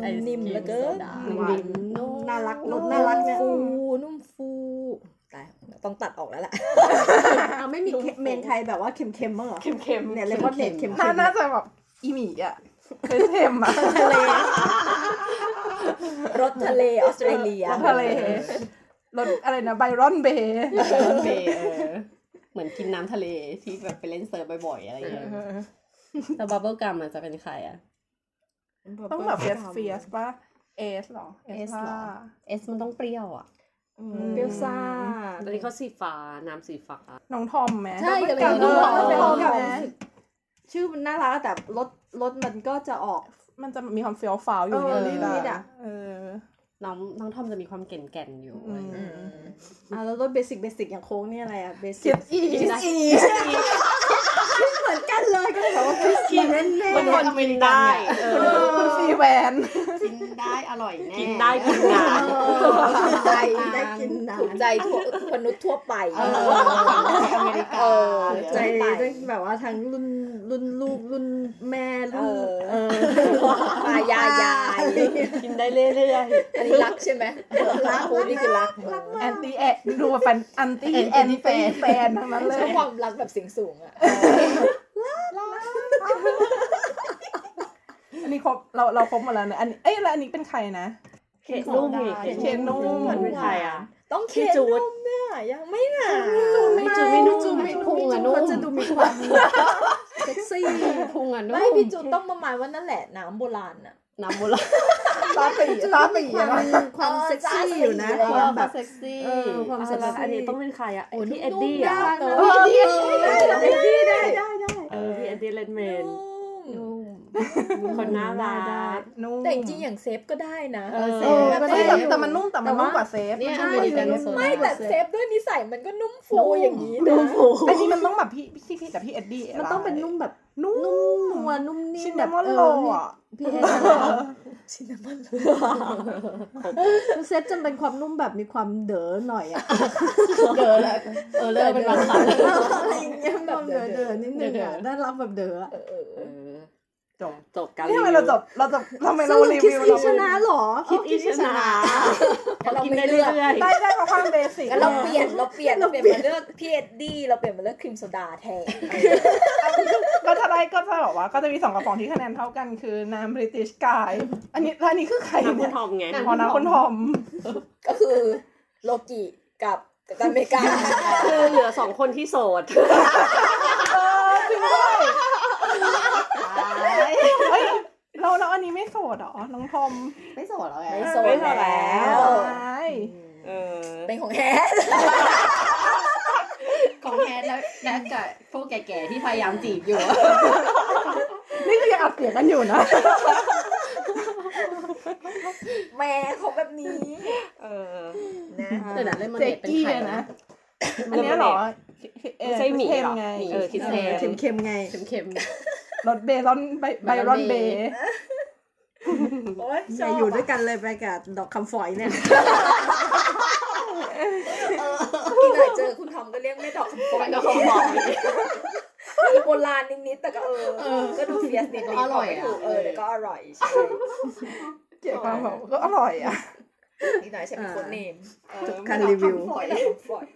S5: นุ่มนิ่มเหลือเกิน
S3: หวานนุ่มน่ารักรสน่ารักเนี่ย
S5: ฟูนุ่มฟูตายต้องตัดออกแล้วล่ะ
S3: อ่ะไม่มีเมนไทยแบบว่าเค็มๆบ้างเหรอ
S4: เค็มๆ
S3: เนี่ยเลมอนเนดเค็มๆ
S1: น่าน่าจะแบบอีหมี่อ่ะเคยเค็มอ่ะ
S5: ทะเลรสทะเลออสเตรเลีย
S1: รสทะเล รสอะไรนะไบรอนเบย์
S2: *laughs* เบเออเหมือนกินน้ำทะเลที่แบบไปเล่นเซิร์ฟบ่อยๆ อะไรอย่างเงี้ยแต่บับเบิลกัมมันจะเป็นใครอะ
S1: ต้องแบบเฟียสเฟียสป่ะเอสหรอ
S2: S เหรอ เอสมันต้องเปรี้ยวอะ
S3: อืมเปรี้ยวซ่า
S4: อันนี้เขาสีฟ้า น้ำสีฟ้า
S1: น้องทอมไหม
S3: ใช่
S1: ต้อง
S3: กำลั
S1: การ
S3: งจะบอกว่า
S1: เออ
S3: น้องท
S1: ทอ
S3: อม
S1: มไหม
S3: ชื่อมันน่ารักแต่รสรสมันก็จะออก
S1: มันจะมีความเฟี้ยวฟ้าวอยู่
S3: เออ
S1: นิ
S3: นิ
S1: ดๆ
S3: ดๆ
S1: อะ
S3: อะ
S1: เออ
S2: น้องน้องทอมจะมีความแก่นๆอยู่
S1: อืม
S3: อ่ะแล้วรสเบสิกเบสิกอย่างโค้งเนี่ยอะไรอ่ะเบสิ
S1: คิ
S3: ก
S1: ดอี
S3: คิสอีเหมือนกันเลยก็เลยบอกว่าคิสอีแน่แน่
S4: มันคนกินได้เอ
S1: เอ
S4: อ
S1: อคุณฟรีแวน
S2: กินได้อร่อยแน่
S4: กินได้กินนาน
S3: ใจได้กินนาน
S5: ถูกใจทั่วมนุษย์ทั่วไป
S2: เอออเมริกา
S3: ใจด้วยแบบว่าทั้งรุ่นรุ่นลูกรุ่นแม่รุ่น
S5: เออ
S3: เออ
S5: ตายายยาย
S4: กินได้เรื่อย
S5: อันนี้รักใช่ไหมรักโอ้นี่คือรัก
S3: รัก
S1: แอ
S3: มาก
S1: นตี้แอนดูว่าแฟนอันตี้แอนตี้แฟนทั้งนั้นเล
S5: ชอบ
S1: ย
S5: ความรักแบบเสิงสูงอ่ะ
S1: อันนี้ครบเราเราครบหมดแล้วเนอะอันนี้เอ้ยแล้วอันนี้เป็นใครนะ
S4: ๆเห็ดนุ่มอีก
S1: เคนนุ่ม
S4: เหมือนเป็นใครอ่ะ
S5: ต้องเคนนมเนี่ยยังไม่หนา
S4: ไม่จูไม่นุ่ม
S3: จูไม่
S4: พุงอะนุ่ม
S3: เขาจะดูมีความเซ็กซี่
S4: พุงอะนุ่ม
S5: ไม่พี่จูต้องประมาณว่านั่นแหละน้ำโบราณอ่ะ
S4: น้ำโบราณ
S1: ตาปีตาปี
S3: ความ
S1: อะ
S3: ความเซ็กซี่อยู่นะ
S5: เออ
S3: ความแบบ
S2: เซ็กซี่
S3: เออความเซ็ก
S4: แล้ว
S3: ซี่
S4: อันนี้ต้องเป็นใครอ่ะไอ้ที่เอ็ด
S5: นุ่ม
S4: ดี้
S5: น่า
S4: อ่ะ
S5: รักนะ
S3: เออ ได้ได้ได้
S4: เออพี่เอ็ดดี้เลดเมน
S5: นุ่ม นุ่ม
S4: คนน่ารั
S3: ได้ได้
S4: ก
S1: นุ่ม
S5: แต่จริงๆอย่างเซฟก็ได้นะ
S4: เออ
S1: เออ
S5: แต่
S1: แต่
S5: ได้
S1: แต่มันนุ่มแต่มันนุ่มกว่าเซฟ
S2: เนี่ย
S1: มัน
S2: อเมริ
S1: นุ่
S2: กาโน่
S1: ม
S2: โซ
S5: ไม่แต่เซฟด้วยนิสัยมันก็นุ่มฟูอย่างนี้นะ
S3: นุ่มฟู
S1: อันนี้มันต้องแบบพี่พี่พี่กับพี่เอ็ดดี้
S3: มันต้องเป็นนุ่มแบบ
S1: นุ่ม
S3: นุ่มนวลนุ่มนิ่ม
S1: ชิน
S3: แบ
S1: นา
S3: บ
S1: มอน
S3: เอ
S1: โล
S3: อ
S1: อ่ะ
S3: พี่เอชอบ
S5: ชินนามอนโร
S3: คือเซฟจนเป็นความนุ่มแบบมีความเด๋อหน่อยอะ
S2: เดอแล้วเออเลิกเป็นบางครั้ง
S3: อะไรอย่างเงี้ยแบบเด๋อเด๋อๆนิดนึงอะได้รับแบบเด๋ออะ
S5: เออ
S4: เออ
S1: จบ
S4: จบการ
S1: นี่ทำไมเราจบเราจบทำไมเรา
S3: สรุป
S1: รี
S3: คิด
S1: วิว
S3: อี
S1: เรา
S3: ชนะเหรอ
S4: คิดอีกชนะ
S5: งั้นเรา
S4: กิน
S5: ไม่
S4: ได้
S5: เลื
S4: เรื่
S5: อ
S4: อย
S5: ก
S1: ได้ได้เพราะความเบสิก
S5: งั้นเราเปลี่ยนเราเปลี่ยนเราเปลี่ยนมาเลือกพีเอ็ดดีเราเปลี่ยนมาเลือกครีมโซดาแทน
S1: ก็ถ้าได้ก็จะแบบว่าก็จะมีสองกระป๋องที่คะแนนเท่ากันคือน้ำบริติชกายอันนี้แล้วอันนี้คือใคร
S4: ๆน้ำคุ
S1: เนี่
S4: ณ
S1: ย
S4: ทอมไง
S1: พอน้ำคนทอม
S5: ก็คือโลกิกับกัปตันอเมริกา
S4: คือเหลือสองคนที่โสด
S1: เออจริงด้วยเฮ้ยเราเราอันนี้ไม่โสดเหรอ น้องทอม
S2: ไม่โสดแล้วไง
S5: ไม่โส
S4: ไม่
S5: ด
S4: โสดแล้
S5: แล้ว ว
S1: ใช่
S4: เออ
S5: *laughs* เป็นของแฮท
S2: ของแฮนแล้วแฮนกับพวกแก่ๆที่พยายามจีบอยู่
S1: นี่คือยังอัดเสียงกันอยู่นะ
S5: แม่ของแบบนี้
S4: เออ
S5: นะ
S2: เดี๋ยวนะเล่นมัน
S1: เจ
S2: เด็ดเป็น
S1: กี้
S2: ใคร
S1: อะ
S2: นะ
S1: นะ อันเนี้ยเหรอเอ่อ
S4: ไม่ใช่หมีหรอ
S1: ไง
S4: หมีเออคิด
S3: เออเค็มๆไง
S2: เข็มๆ
S1: รถเบรอนไบไบรอนเบย์
S5: โอ๊ยช
S3: จะ
S5: อบ
S3: อยู่ด้วยกันเลยไปกับดอกคำฝอยเนี่ย
S5: เอออีกหน่อยเจอคุณทอมก็เรียกแม่ดอกคำปอย
S4: ดอกคำปอย
S5: คือโบราณนิดๆแต่ก็เอ
S2: เออ
S5: อก็ดูเฟียสนิดๆ
S2: อร่อยอะ
S5: ก็ดูเออเดี๋ยวก็อร่อยใช่
S1: เกี่ยวกับแบบก็อร่อยอ่ะ
S5: อีกหน่อยใช่เป็นโค้ดเนม
S3: จบการรีวิว
S5: คำปอยคำปอย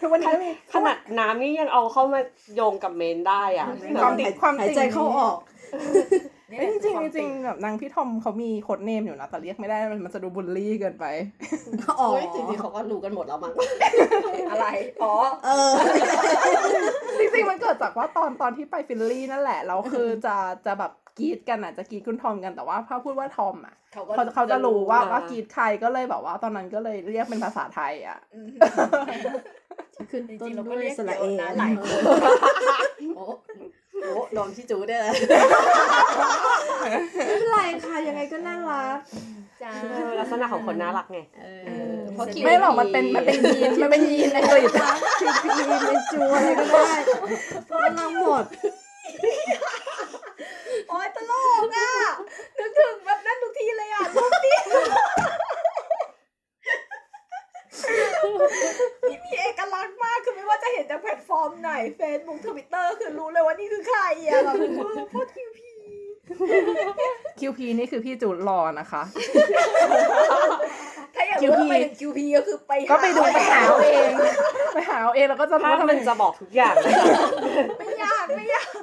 S1: ทุกวันนี้ก็มี
S4: ขนาดน้ำนี่ยังเอาเข้ามาโยงกับเมนได้อ่ะ
S1: ความติดความ
S3: หาย
S1: ติด
S3: ใจเข้าออก
S1: เอ้ยจริงๆจริงๆแบบนางพี่ทอมเขามีโค้ดเนมอยู่นะแต่เรียกไม่ได้มันมันจะดูบูลลี่เกินไป
S3: อ๋อ
S2: เฮ้ยจริงๆเขาก็รู้กันหมดแล้วมั้ง
S5: อะไร อ๋อ
S3: เออ
S1: *laughs* จริงๆมันเกิดจากว่าตอนตอนที่ไปฟิลลี่นั่นแหละเราคือจะจะแบบกรีดกันอ่ะจะกรีดคุณทอมกันแต่ว่าถ้าพูดว่าทอมอ่ะ
S5: เขาก็
S1: เขาเขาจะรู้ว่าว่ากรีดใครก็เลยแบบว่าตอนนั้นก็เลยเรียกเป็นภาษาไทยอ่ะ
S5: อืม
S3: ขึ้น
S5: จ
S3: ต้
S5: ริ
S3: น
S5: งๆเราก็
S3: ด้ว
S5: เรี
S3: ย
S5: ยก
S3: สระ
S5: เย
S3: เอ
S5: อะนะ
S3: นะ
S5: หลายคนโอ้โหโดนพี่จูด้วยนะ
S3: ไม่เป็นไรค่ะ ยังไงก็น่ารัก
S5: จ้า
S4: เออลักษณะของคนน่ารักไง
S2: เอ
S5: เออ
S2: อ
S5: เพราะคิว
S1: ไม่หรอกมันเป็นมันเป็นยีนมันเป็นยีนอังกฤษ
S3: ทีพีเป็นจูอะไรก็ได้กำลังหมด
S5: โอ้ยตลกอ่ะ นึกถึงแบบนั้นทุกทีเลยอ่ะรูปนี้มีเอกลักษณ์มาก คือไม่ว่าจะเห็นจากแพลตฟอร์มไหน Facebook Twitter คือรู้เลยว่านี่คือใครอ่ะแบบเออโคตรคิวพี
S1: คิวพีนี่คือพี่จูดรอนะคะ *laughs*
S5: ถ้าอยากรู้ว่าทำไมถึงคิวพีก็คือไป
S1: ก็ไปดูไปหาเอา
S5: เอ
S1: เอง งไปหาเอาเองแล้วก็จะรู้
S4: ถ้า
S1: ว่าทำไม
S4: มันจะบอกทุกอย่างเลย
S5: ไม่ยากไม่ยาก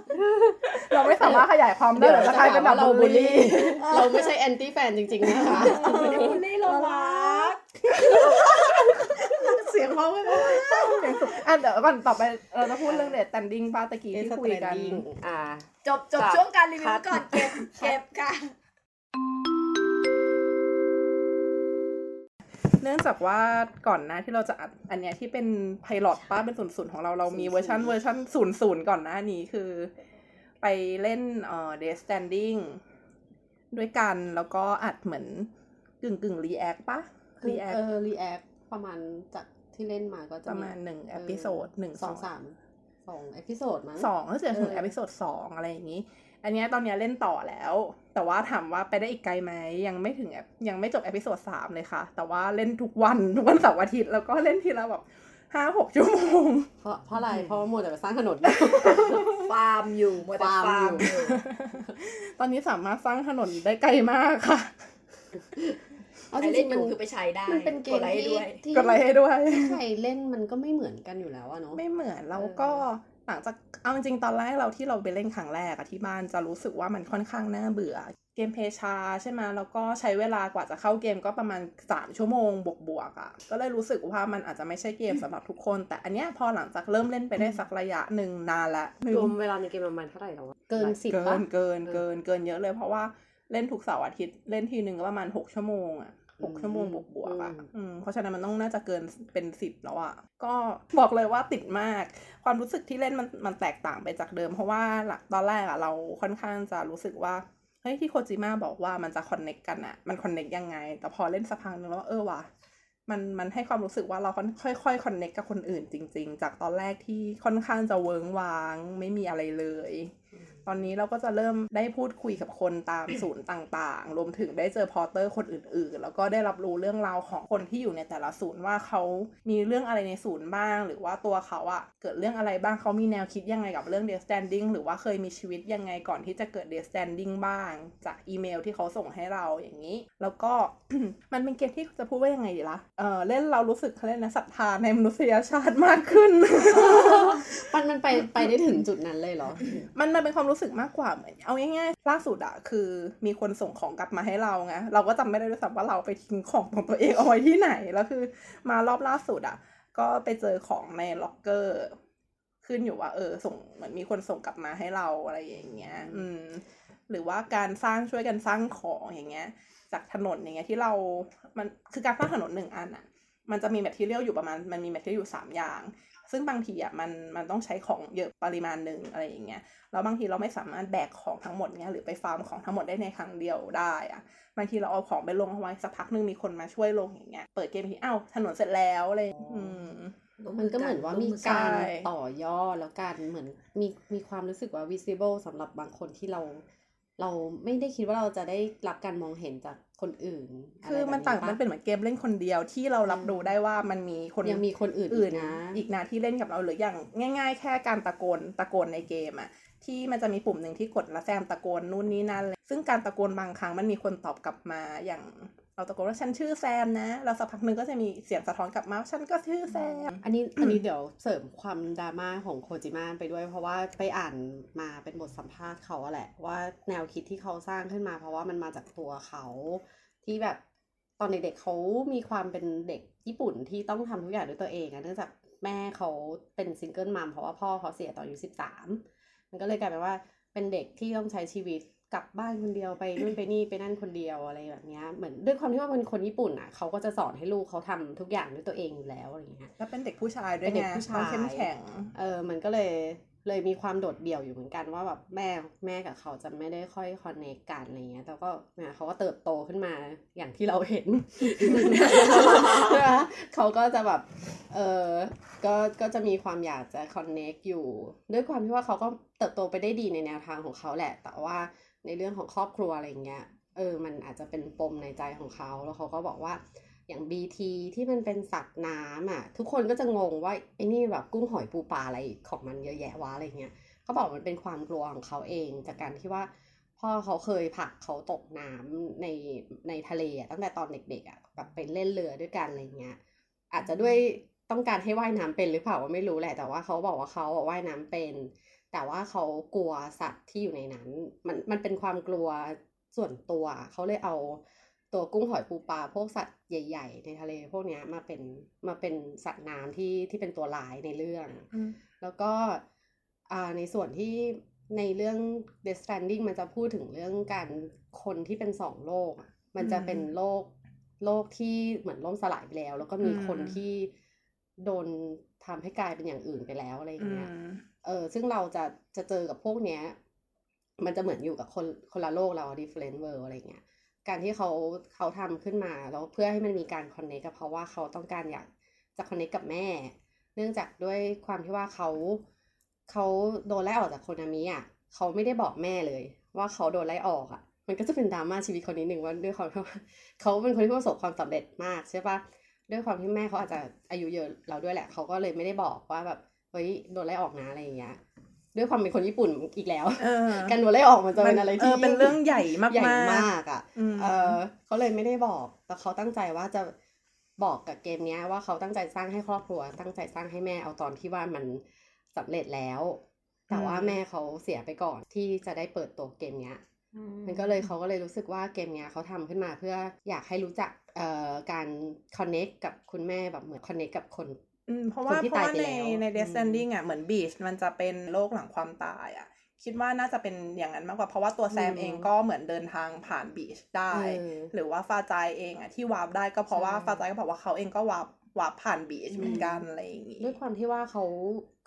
S1: เราไม่สามารถขยายความได้หรอกจะกลายเป็นแบบบูลลี่
S2: *laughs* เราไม่ใช่แอนตี้แฟนจริงๆนะคะ
S5: ไม่ได้บูลลี่เรารัก
S1: เสียงเขาไม่ได้อ่ะเดี๋ยวก่อนต่อไปเราจะพูดเรื่องเดทแตนดิ้งป้าตะกี้ที่คุยกัน
S2: standing
S4: อ่า
S5: จบจบ
S4: จ้ะ
S5: ช่วงการรีวิ
S4: คั
S5: ว
S4: ด
S5: ก่อนเก็บเก็บค่ะ
S1: เนื่องจากว่าก่อนหน้าที่เราจะอัดอันเนี้ยที่เป็นไพลอตป้าเป็นศูนย์ศูนย์ของเราเรามีเวอร์ชันเวอร์ชันศูนย์ศูนย์ก่อนหน้านี้คือ ไปเล่นเอ่อเดทแตนดิ้งด้วยกันแล้วก็อัดเหมือนกึ่งกึ่งรีแอคปะรีแอค
S2: เออรีแอคประมาณจากที่เล่นมาก็จะ
S1: ประมาณหนึ่งเอพิโซดหนึ่ง
S2: ส
S1: ส
S2: อ
S1: อง ง
S2: สามสองเอพิโซดมั้ง
S1: สองก็จะถึง
S2: เออ
S1: เอพิโซดสองอะไรอย่างนี้ อันเนี้ยตอนเนี้ยเล่นต่อแล้ว แต่ว่าถามว่าไปได้อีกไกลไหมยังไม่ถึง ep- ยังไม่จบเอพิโซดสามเลยค่ะ แต่ว่าเล่นทุกวัน *laughs* ทุกวันเสาร์อาทิตย์แล้วก็เล่นทีละแบบห้าหกชั่วโมง *laughs*
S2: เพราะเพราะอะไรเพราะว่ามัวแต่ไปสร้างถนน *laughs*
S5: ฟาร์มอยู่มัวแต่
S2: ฟา
S5: ฟา
S2: ร์
S5: ร์
S2: ม
S5: ม
S2: อ
S5: อยู่ ยู่
S1: ตอนนี้สามารถสร้างถนนได้ไกลมากค่ะ
S2: เอาจ
S5: ไอเล่
S2: ริ
S5: น
S2: งๆ
S5: อ
S2: มัน
S5: ยู่คือไปใช้ได้
S2: มันเป็นเก
S5: ก
S2: ม
S5: ดไลค์ให้
S2: ที่
S5: ด้วย
S2: ที่
S1: กดไลค์ให้ด้วย
S2: ที่ใครเล่นมันก็ไม่เหมือนกันอยู่แล้วอะเนาะ
S1: ไม่เหมือนแล้วก็หลังจากเอาจริงๆตอนแรกเราที่เราไปเล่นครั้งแรกอะที่บ้านจะรู้สึกว่ามันค่อนข้างน่าเบื่อ เกมเพลย์ช้าใช่ไหมแล้วก็ใช้เวลากว่าจะเข้าเกมก็ประมาณ 3 ชั่วโมงบวกบวกๆอะก็เลยรู้สึกว่ามันอาจจะไม่ใช่เกมสำหรับทุกคน แต่อันเนี้ยพอหลังจากเริ่มเล่นไปได้สักระยะหนึ่งนานละ
S4: รวมเวลาในเกมประมาณเท่าไหร่แล้ววะ
S2: เกินสิบ
S1: เกิ
S2: ปะ
S1: นเกินเกินเกินเยอะเลยเพราะว่าเล่นทุกเสาร์อาทิตย์เล่นทีหนึ่งก็ประมาณหกชั่วโมงอะ
S2: อ
S1: หกชั่วโมงบวกบวกๆอะ
S4: อืม
S1: อืมเพราะฉะนั้นมันต้องน่าจะเกินเป็นสิบแล้วอะก็บอกเลยว่าติดมาก ความรู้สึกที่เล่นมันมันแตกต่างไปจากเดิม เพราะว่าหลักตอนแรกอะเราค่อนข้างจะรู้สึกว่า เฮ้ยที่โคจิมะบอกว่ามันจะคอนเน็กกันอะมันคอนเน็กยังไง แต่พอเล่นสักพักหนึงแล้วเออว่ะมันมันให้ความรู้สึกว่าเราค่อนค่อยๆคอนเน็กกับคนอื่นจริง ๆ จากตอนแรกที่ค่อนข้างจะเวิงวาง ไม่มีอะไรเลย ตอนนี้เราก็จะเริ่มได้พูดคุยกับคนตาม ศูนย์ต่างๆ รวมถึงได้เจอพอร์เตอร์คนอื่นๆ แล้วก็ได้รับรู้เรื่องราวของคนที่อยู่ในแต่ละศูนย์ว่าเขามีเรื่องอะไรในศูนย์บ้าง หรือว่าตัวเขาอะเกิดเรื่องอะไรบ้างเขามีแนวคิดยังไงกับเรื่อง d e a standing หรือว่าเคยมีชีวิตยังไงก่อนที่จะเกิด d e a standing บ้าง จากอีเมลที่เขาส่งให้เราอย่างนี้ แล้วก็ *coughs* มันเป็นเกมที่จะพูดว่ายังไงดีละ่ะเออเล่นเรารู้สึกเขาเล่นนะศรัทธาในมนุษยชาติมากขึ้น
S2: มันมันไปไปได้ถึงจุดนั้นเลยเหรอ
S1: มันมันเป็นความรู้สึกมากกว่าเหมือนเอาง่ายๆล่าสุดอะคือมีคนส่งของกลับมาให้เราไงเราก็จำไม่ได้ด้วยซ้ำว่าเราไปทิ้งของของตัวเองเอาไว้ที่ไหนแล้วคือ มารอบล่าสุดอะก็ไปเจอของในล็อกเกอร์ ขึ้นอยู่ว่า เออ ส่งเหมือนมีคนส่งกลับมาให้เราอะไรอย่างเงี้ย อืม หรือว่าการสร้างช่วยกันสร้างของอย่างเงี้ย จากถนนอย่างเงี้ยที่เรา มันคือการสร้างถนนหนึ่งอันอะมันจะมีแมทเทียลอยู่ประมาณมันมีแมทเทียลอยู่สามอย่าง ซึ่งบางทีอะมันมันต้องใช้ของเยอะปริมาณหนึ่งอะไรอย่างเงี้ย แล้วบางทีเราไม่สามารถแบกของทั้งหมดเนี้ยหรือไปฟาร์มของทั้งหมดได้ในครั้งเดียวได้อะบางทีเราเอาของไปลงเอาไว้สักพักหนึงมีคนมาช่วยลงอย่างเงี้ยเปิดเกมอีกทีอ้าวถนนเสร็จแล้วอะไรอย่างเงี้ยอืม
S2: มันก็เหมือนว่ามี
S1: ใช่
S2: การต่อยอดแล้วการเหมือนมีมีความรู้สึกว่า visible สำหรับบางคนที่เรา เราไม่ได้คิดว่าเราจะได้รับการมองเห็นจากคนอื่นอะ
S1: คื
S2: ไร
S1: อมันต่าง
S2: แบบ
S1: มันเป็นเหมือนเกมเล่นคนเดียวที่เรารับรู้ได้ว่ามันมีคน
S2: ยังมีคนอื่น
S1: อื่น
S2: นะ
S1: อีกนะที่เล่นกับเราหรืออย่างง่าย ๆ แค่การตะโกนตะโกนในเกมอะที่มันจะมีปุ่มหนึ่งที่กดแล้วแซมตะโกนนู่นนี่นั่นเลยซึ่งการตะโกนบางครั้งมันมีคนตอบกลับมาอย่างเราตะโกนว่าฉันชื่อแซมนะเราสักพักหนึงก็จะมีเสียงสะท้อนกลับมาว่าฉันก็ชื่อแซม
S2: อันนี้อันนี้เดี๋ยวเสริมความดราม่าของโคจิมะไปด้วย เพราะว่าไปอ่านมาเป็นบทสัมภาษณ์เขาอะแหละ ว่าแนวคิดที่เขาสร้างขึ้นมา เพราะว่ามันมาจากตัวเขา ที่แบบตอนเด็กๆเขามีความเป็นเด็กญี่ปุ่นที่ต้องทำทุกอย่างด้วยตัวเองอะเนื่องจากแม่เขาเป็นซิงเกิลมัมเพราะว่าพ่อเขาเสียตอนอายุสิบสามมันก็เลยกลายเป็นว่าเป็นเด็กที่ต้องใช้ชีวิตกลับบ้านคนเดียวไปนู่นไปนี่ไปนั่นคนเดียวอะไรแบบเนี้ยเหมือนด้วยความที่ว่าเป็นคนญี่ปุ่นอะเขาก็จะสอนให้ลูกเขาทำทุกอย่างด้วยตัวเองอยู่แล้วอะไรอย่างเงี้ย
S1: แล้วเป็นเด็กผู้ชายด้วย
S2: เป็นเด็
S1: ไง
S2: กผู้ชาย
S1: เขาเข้มแข็ง
S2: เออ มันก็เลยเลยมีความโดดเดี่ยวอยู่เหมือนกันว่าแบบแม่แม่กับเขาจะไม่ได้ค่อยคอนเนคกันอะไรเงี้ย แต่ก็เนี่ยเขาก็เติบโตขึ้นมาอย่างที่เราเห็น *laughs* นะเขาก็จะแบบ เออก็ก็จะมีความอยากจะคอนเนคอยู่ ด้วยความที่ว่าเขาก็เติบโตไปได้ดีในแนวทางของเขาแหละ แต่ว่าในเรื่องของครอบครัวอะไรเงี้ย เออ มันอาจจะเป็นปมในใจของเขา แล้วเขาก็บอกว่า อย่าง BT ที่มันเป็นสัตว์น้ำอ่ะ ทุกคนก็จะงงว่าไอ้นี่แบบกุ้งหอยปูปลาอะไรของมันเยอะแยะวะอะไรเงี้ยเขาบอกมันเป็นความกลัวของเขาเอง จากการที่ว่าพ่อเขาเคยผลักเขาตกน้ำในในทะเลอะตั้งแต่ตอนเด็กๆอ่ะแบบเป็นเล่นเรือด้วยกันอะไรเงี้ยอาจจะด้วยต้องการให้ว่ายน้ำเป็นหรือเปล่าว่าไม่รู้แหละแต่ว่าเขาบอกว่าเขาอะว่ายน้ำเป็น แต่ว่าเขากลัวสัตว์ที่อยู่ในนั้น มันมันเป็นความกลัวส่วนตัว เขาเลยเอาตัวกุ้งหอยปูปลาพวกสัตว์ใหญ่ ๆ ในทะเลพวกเนี้ยมาเป็นมาเป็นสัตว์น้ำที่ที่เป็นตัวร้ายในเรื่อง
S1: อืม
S2: แล้วก็อ่าในส่วนที่ในเรื่อง The Stranding มันจะพูดถึงเรื่องการคนที่เป็นสองโลกอะมันจะเป็นโลกโลกที่เหมือนล่มสลายไปแล้ว แล้วก็มีคน
S1: อืม
S2: ที่โดนทำให้กลายเป็นอย่างอื่นไปแล้วอะไรอย่า
S1: อื
S2: งเงี้ย
S1: ม
S2: เออซึ่งเราจะจะเจอกับพวกเนี้ย มันจะเหมือนอยู่กับคนคนละโลกเรา different world อะไรเงี้ย การที่เขาเขาทำขึ้นมาแล้วเพื่อให้มันมีการ connect กับเพราะว่าเขาต้องการอยากจะ connect กับแม่ เนื่องจากด้วยความที่ว่าเขาเขาโดนไล่ออกจากโคนามิอ่ะเขาไม่ได้บอกแม่เลย ว่าเขาโดนไล่ออกอ่ะ มันก็จะเป็นดราม่าชีวิตคนนิดหนึ่งว่าด้วยความที่ว่า เขาเป็นคนที่ประสบความสำเร็จมากใช่ปะด้วยความที่แม่เขาอาจจะอายุเยอะเราด้วยแหละเขาก็เลยไม่ได้บอกว่าแบบเฮ้ยโดนไล่ออกนะอะไรอย่างเงี้ยด้วยความเป็นคนญี่ปุ่นอีกแล้ว
S1: เออ
S2: การโดนไล่ออกมันจะเป็นอะไรที่
S1: เออเป็นเรื่องใหญ่มาก
S2: ใหญ่
S1: ๆ
S2: มากอ่ะ
S1: อืม
S2: เออเขาเลยไม่ได้บอก แต่เขาตั้งใจว่าจะบอกกับเกมเนี้ยว่าเขาตั้งใจสร้างให้ครอบครัว ตั้งใจสร้างให้แม่เอาตอนที่ว่ามันสำเร็จแล้ว แต่ว่า
S1: อืม
S2: แม่เขาเสียไปก่อนที่จะได้เปิดตัวเกมเนี้ย มันก็เลยเขาก็เลยรู้สึกว่าเกมเนี้ยเขาทำขึ้นมาเพื่ออยากให้รู้จักเอ่อการคอนเน c t กับคุณแม่แบบเหมือนคอนเน c t กับคน
S1: อืมเพราะว่า
S2: คนที่
S1: เพราะ
S2: ตาย
S1: ว่า
S2: ไป
S1: ใน
S2: แล้ว
S1: ใน
S2: อื
S1: Death
S2: ม
S1: Stranding อ่ะเหมือนบีชมันจะเป็นโลกหลังความตายอ่ะ คิดว่าน่าจะเป็นอย่างนั้นมากกว่าเพราะว่าตัวแซม
S2: อืม
S1: เองก็เหมือนเดินทางผ่านบีชได้
S2: เออ
S1: หรือว่าฟาจายเองอ่ะที่วาร์ปได้ก็เพราะว่า
S2: ใช่
S1: ฟาจายก็บอกว่าเขาเองก็วาร์ปวาร์ปผ่านบีช
S2: อืม
S1: เหมือนกันอะไรอย่างงี้
S2: ด้วยความที่ว่าเขา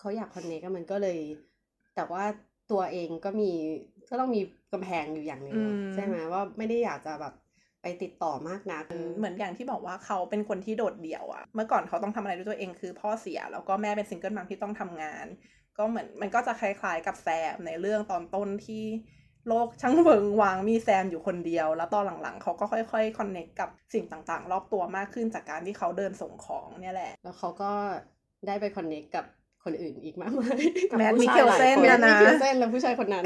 S2: เขาอยากคอนเนคกันมันก็เลย แต่ว่าตัวเองก็มีก็ต้องมีกำแพงอยู่อย่างหนึ่งอะใช่ไหมว่าไม่ได้อยากจะแบบไปติดต่อมากนัก
S1: เหมือนอย่างที่บอกว่าเขาเป็นคนที่โดดเดี่ยวอ่ะ เมื่อก่อนเขาต้องทำอะไรด้วยตัวเองคือพ่อเสียแล้วก็แม่เป็นซิงเกิลมัมที่ต้องทำงาน ก็เหมือนมันก็จะคล้ายๆกับแซมในเรื่องตอนต้นที่โลกช่างเวิงวางมีแซมอยู่คนเดียว แล้วตอนหลังๆเขาก็ค่อยๆคอนเนคกับสิ่งต่างๆ รอบตัวมากขึ้นจากการที่เขาเดินส่งของเนี่ยแหละ
S2: แล้วเขาก็ได้ไปคอนเนคกับคนอื่นอีกมากม *laughs* าย
S1: แมท
S2: กับผู้
S1: มิเคลเซ่น
S2: ชายหลาย
S1: นะนะ
S2: *laughs* แมทมิเคลเซนและผู้ชายคนนั้น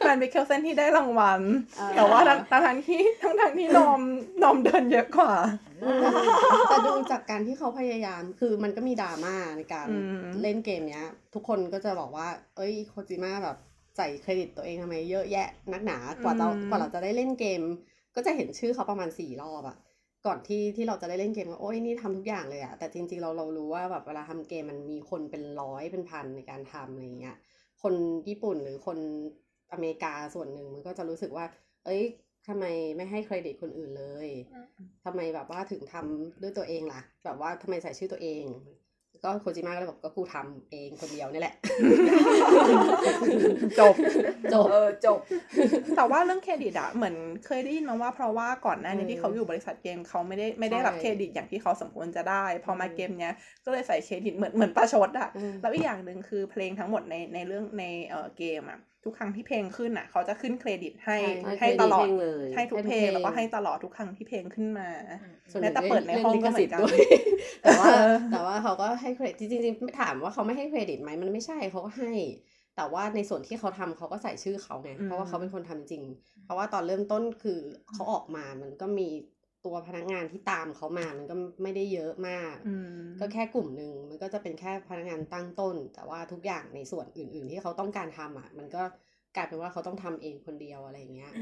S1: แมนมิเคลเซนที่ได้รางวัล
S2: เออ
S1: แต่ว่าทั้งทั้งๆที่ทั้งทั้งๆที่นอมนอมเดินเยอะกว่า
S2: แต่ดูจากการที่เขาพยายามคือมันก็มีดราม่าในการ
S1: อืม
S2: เล่นเกมเนี้ย ทุกคนก็จะบอกว่า เอ้ยโคจิมะแบบใส่เครดิตตัวเองทำไมเยอะแยะนักหนากว่าเรา
S1: อืม
S2: กว่าเราจะได้เล่นเกม ก็จะเห็นชื่อเขาประมาณสี่รอบอะก่อนที่ที่เราจะได้เล่นเกมว่าโอ้ยนี่ทำทุกอย่างเลยอะแต่จริงๆเราเรารู้ว่าแบบเวลาทำเกมมันมีคนเป็นร้อยเป็นพันในการทำอะไรอย่างเงี้ย คนญี่ปุ่นหรือคนอเมริกาส่วนหนึ่งมันก็จะรู้สึกว่า เอ้ยทำไมไม่ให้เครดิตคนอื่นเลยทำไมแบบว่าถึงทำด้วยตัวเองล่ะ แบบว่าทำไมใส่ชื่อตัวเอง ก็โคจิมะก็เลยบอกก็กูทำเองคนเดียวนี่แหละ
S1: จบ
S2: จบ
S5: เออจบ
S1: แต่ว่าเรื่องเครดิตอะเหมือนเคยได้ยินมาว่าเพราะว่าก่อนหน้านี้
S2: เออ
S1: ที่เขาอยู่บริษัทเกมเขาไม่ได้ไม่ได้
S2: ใช่
S1: รับเครดิตอย่างที่เขาสมควรจะได้ พอมา
S2: อืม
S1: เกมเนี้ยก็เลยใส่เครดิตเหมือนเหมือนประชดอะ
S2: อืม
S1: แล้วอีกอย่างหนึ่งคือเพลงทั้งหมดในในเรื่องในเอ่อเกมอะทุกครั้งที่เพลงขึ้นอะเขาจะขึ้นเครดิตให้
S2: ใช่
S1: ให้ตลอด
S4: เลย
S1: ให้ทุกเพลง
S2: ให้ทุกเพลง
S1: แล้วก็ให้ตลอดทุกครั้งที่เพลงขึ้นมา
S2: ส่วน
S1: แม้แต่
S2: หง
S1: เปิดในห้องก็เหมือนกัน
S2: ล่ลิขสิทธิ์ด้วยแต่ว่า
S1: เออ
S2: แต่ว่าเขาก็ให้เครดิตจริงๆไม่ถามว่าเขาไม่ให้เครดิตไหมมันไม่ใช่เขาก็ให้ แต่ว่าในส่วนที่เขาทำเขาก็ใส่ชื่อเขาไงเพราะว่าเขาเป็นคนทำจริง เพราะว่าตอนเริ่มต้นคือเขาออกมามันก็มีตัวพนักงานที่ตามเขามามันก็ไม่ได้เยอะมาก
S1: อืม
S2: ก็แค่กลุ่มหนึ่งมันก็จะเป็นแค่พนักงานตั้งต้น แต่ว่าทุกอย่างในส่วนอื่น ๆ ที่เขาต้องการทำอ่ะ มันก็กลายเป็นว่าเขาต้องทำเองคนเดียวอะไรอย่างเงี้ย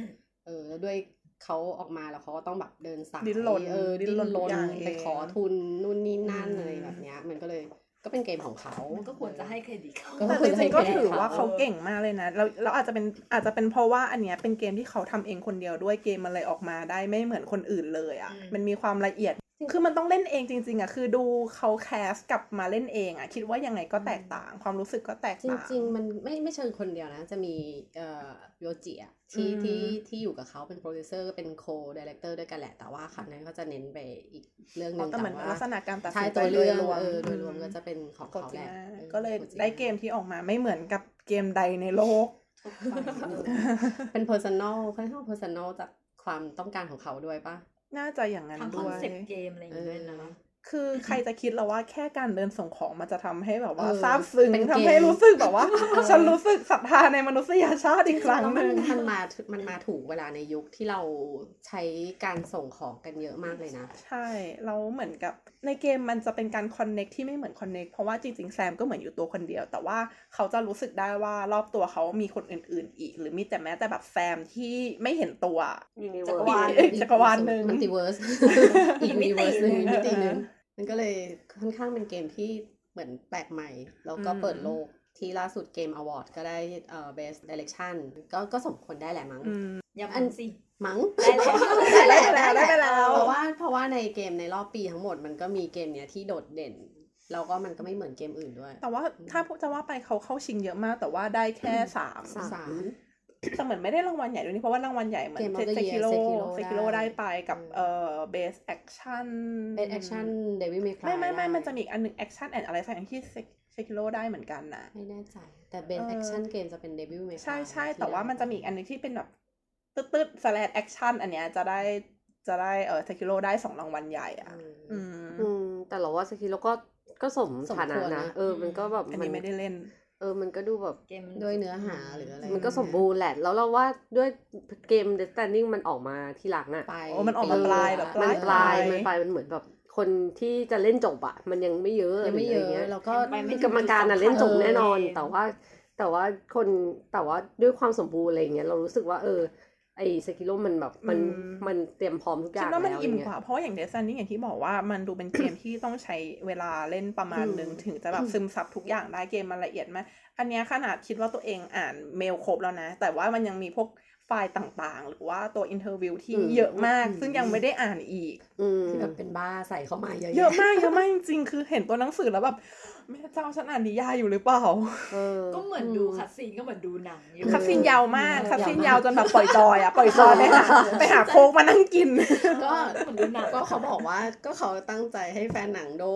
S2: เออแล้วด้วยเขาออกมาแล้วเขาก็ต้องแบบเดินสาย
S1: ดิ้นรน
S2: เออ
S1: ดิ้
S2: ดิ้
S1: นร
S2: นร
S1: น
S2: น
S1: ทุกอย่างเอง
S2: ไปขอทุนนู่นนี่นั่น
S1: อืม
S2: อะไรแบบเนี้ย มันก็เลยก็เป็นเกมของเขา
S6: มั
S2: มัน
S6: ก็ควรจะให้เครดิตเขา
S2: ก็
S1: แต่
S2: ค
S1: จ
S2: วร
S1: ริ
S2: จะให้
S1: งๆ
S2: เค
S1: ก็
S2: รดิต
S1: ถือว่าเขา
S2: เ
S1: เก่งมากเลยนะเราเราอาจจะเป็นอาจจะเป็นเพราะว่าอันเนี้ยเป็นเกมที่เขาทำเองคนเดียวด้วยเกมมันเลยออกมาได้ไม่เหมือนคนอื่นเลยอะ่ะมันมีความละเอียด คือมันต้องเล่นเองจริง ๆอะ่ะคือดูเขาแคสกลับมาเล่นเองอะ่ะคิดว่ายังไงก็แตกต่าง ความรู้สึกก็แตก
S2: จริง
S1: ต่าง
S2: ๆ มันไม่ไม่เชิงคนเดียวนะ จะมีเอ่อโยจิอะที่
S1: อืม
S2: ที่ที่อยู่กับเขาเป็นโปรดิวเซอร์เป็นโคดีเลกเตอร์ด้วยกันแหละ แต่ว่าครั้งนั้นเขาจะเน้นไปอีกเรื่องห
S1: อ๋
S2: นึ่
S1: องแต่เหมือน
S2: ว่า
S1: ลักษณะการตัด
S2: ใช่
S1: สินใจ
S2: ตัว
S1: โด
S2: เรื่
S1: ย
S2: อง
S1: รวม
S2: เออโดยรวมก็จะเป็นของ
S1: โก
S2: เขา
S1: จิ
S2: แหละ
S1: มะ
S2: ออ
S1: ก็เลย
S2: โจิะ
S1: ได้เกมที่ออกมาไม่เหมือนกับเกมใดในโลก
S2: *laughs* เป็น personal ค่อนข้าง personal จากความต้องการของเขาด้วยปะ
S1: น่าจะอย่างนั้น
S6: ทำคอน
S1: ด้วย
S6: เซปต์เกมอะไรอย่างเงี้ด้วยนะ
S1: คือใครจะคิดแล้วว่าแค่การเดินส่งของมันจะทำให้แบบว่า
S2: เออ
S1: ซาบซึ้ง
S2: เป็นเกม
S1: ทำให้รู้สึกแบบ
S2: *laughs*
S1: ว่า
S2: เออ
S1: ฉันรู้สึกศรัทธาในมนุษยชาติอีกครั้ง
S2: แล้ว
S1: ห
S2: มัน
S1: นึ่ง
S2: มันมามันมาถูกเวลาในยุคที่เราใช้การส่งของกันเยอะมากเลยนะ
S1: ใช่เราเหมือนกับในเกมมันจะเป็นการคอนเน็กที่ไม่เหมือนคอนเน็กเพราะว่าจริงๆแซมก็เหมือนอยู่ตัวคนเดียว แต่ว่าเขาจะรู้สึกได้ว่ารอบตัวเขามีคนอื่น ๆ อีก หรือมีแต่แม้แต่แบบแซมที่ไม่เห็นตัว
S5: จักรวาล
S1: อีกจักรวาลหนึ่ง
S2: มัลติเวิร์ส
S1: *laughs* อี
S2: อี
S1: ก
S2: ก
S1: มิ
S2: มิ
S1: ติหนึ่ง
S2: ติหนึ่งมิติหนึ่ง
S1: เอ
S2: มันก็เลยค่อนข้างเป็นเกมที่เหมือนแปลกใหม่ แล้วก็
S1: อืม
S2: เปิดโลกที่ล่าสุดเกมอวอร์ดก็ได้เอ่อ best direction ก็ก็สมควรได้แหละมั้ง
S1: อืม
S6: อย่ามันสิ
S2: มั้ง
S6: ได้แล้ว
S2: ได้แล้ว
S1: ได้แล้วได้แล้ว
S2: เพราะว่าเพราะว่าในเกมในรอบปีทั้งหมดมันก็มีเกมเนี้ยที่โดดเด่น แล้วก็มันก็ไม่เหมือนเกมอื่นด้วย
S1: แต่ว่าถ้าจะว่าไปเขาเข้าชิงเยอะมาก แต่ว่าได้แค่สาม
S2: สาม
S1: แต่เหมือนไม่ได้รางวัลใหญ่ด้วยนี่เพราะว่ารางวัลใหญ่เหมือน
S2: Game of the
S1: เซคิ
S2: Year
S1: โร่เซ
S2: Sekiro
S1: คิโร่ได้ไปกับ
S2: อืม
S1: เอ่อ best action
S2: เป็นแอคชั่นเดวิ l เมค
S1: ไม่ไม่ไม่มันจะมีอีกอันหนึ่ง action and อะไรสักอย่างที่เซคิโร่ได้เหมือนกันนะ
S2: ไม่แน่ใจ แต่เป็น
S1: เออ
S2: แอคชั่นเกมจะเป็นเดบิวต์ไหมคะ
S1: ใช่ใช่แต่ว่ามันจะมีอีกอันหนึงที่เป็นแบบตึ๊ดตึ๊ด slash action อันเนี้ยจะได้จะได้เออเซคิโร่ได้สองรางวัลใหญ่อ่ะ
S2: อื
S1: อื
S2: ม
S1: ม
S4: อืมแต่เราว่าสกิลแล้วก็ก็สม
S2: สม
S4: ฐานะ
S2: ควร
S4: นะ
S2: นะ
S4: เออ มันก็แบบ
S1: อัน
S4: มั
S1: นี้ไม่ได้เล่น
S4: เออ มันก็ดูแบบ
S6: เกม
S2: ด้วยเนื้อหาหรืออะไร
S4: มันก็สมบูรณ์แหละ แล้วเราว่าด้วยเกม The Standing มันออกมาที่หลังอะ
S2: ไป
S1: โอ้มันออกมา
S2: ปี
S1: ปลาย
S2: ละ
S1: แบบ
S4: มันปลาย
S1: ปลาย
S4: มันปลาย มันเหมือนแบบคนที่จะเล่นจบอะมันยังไม่เยอะ
S2: ยังไม่
S4: ห
S2: เย
S4: รื
S2: อะ
S4: ไร
S2: แล้วก็
S6: ไปไถึ
S4: คื
S6: ง
S4: อกรรมการอะเล่นจบแน่นอน
S6: เ
S4: แต่ว่าแต่ว่าคนแต่ว่าด้วยความสมบูรณ์อะไรอย่างเงี้ยเรารู้สึกว่าเออ ไอ้สกิโลมันแบบมัน
S1: อืม
S4: มันเตรียมพร้อมทุกอ
S1: คิด
S4: ย่าง
S1: ว่ามัน
S4: แล้ว
S1: อิ่ม
S4: ย่งเงี้
S1: ก
S4: ย
S1: ว่า เพราะว่าอย่างเดซันนี่อย่างที่บอกว่ามันดูเป็นเกมที่ต้องใช้เวลาเล่นประมาณหนึ่ง
S4: อืม
S1: ถึงจะแบบซึมซับทุกอย่างได้เกมมันละเอียดมาก อันเนี้ยขนาดคิดว่าตัวเองอ่านเมลครบแล้วนะ แต่ว่ามันยังมีพวกไฟล์ต่างๆ หรือว่าตัวอินเทอร์วิวที่เยอะมาก ซึ่งยังไม่ได้อ่านอีก
S4: อืม
S2: ที่แบบเป็นบ้าใส่เข้ามาเยอะ
S1: เยอะ
S2: แยะ
S1: มากเยอะมากจริงๆคือเห็นตัวหนังสือแล้วแบบแม่เจ้าฉันอ่านนิยายอยู่หรือเปล่า
S4: เออ
S6: ก็เหมือนดูคัดซีนก็เหมือนดูหนังอยู่
S1: คัดซีนยาวมาก
S2: เออ
S1: คัดซี
S2: ยาย
S1: นาว ว
S2: มาก
S1: จนแบบปล่อยจอยอะปล่อยจอยไปหาไปหาโค้กมานั่งกิน
S2: ก็
S6: เหมือนดูหนัง
S2: ก็เขาบอกว่าก็เขาตั้งใจให้แฟนหนังดู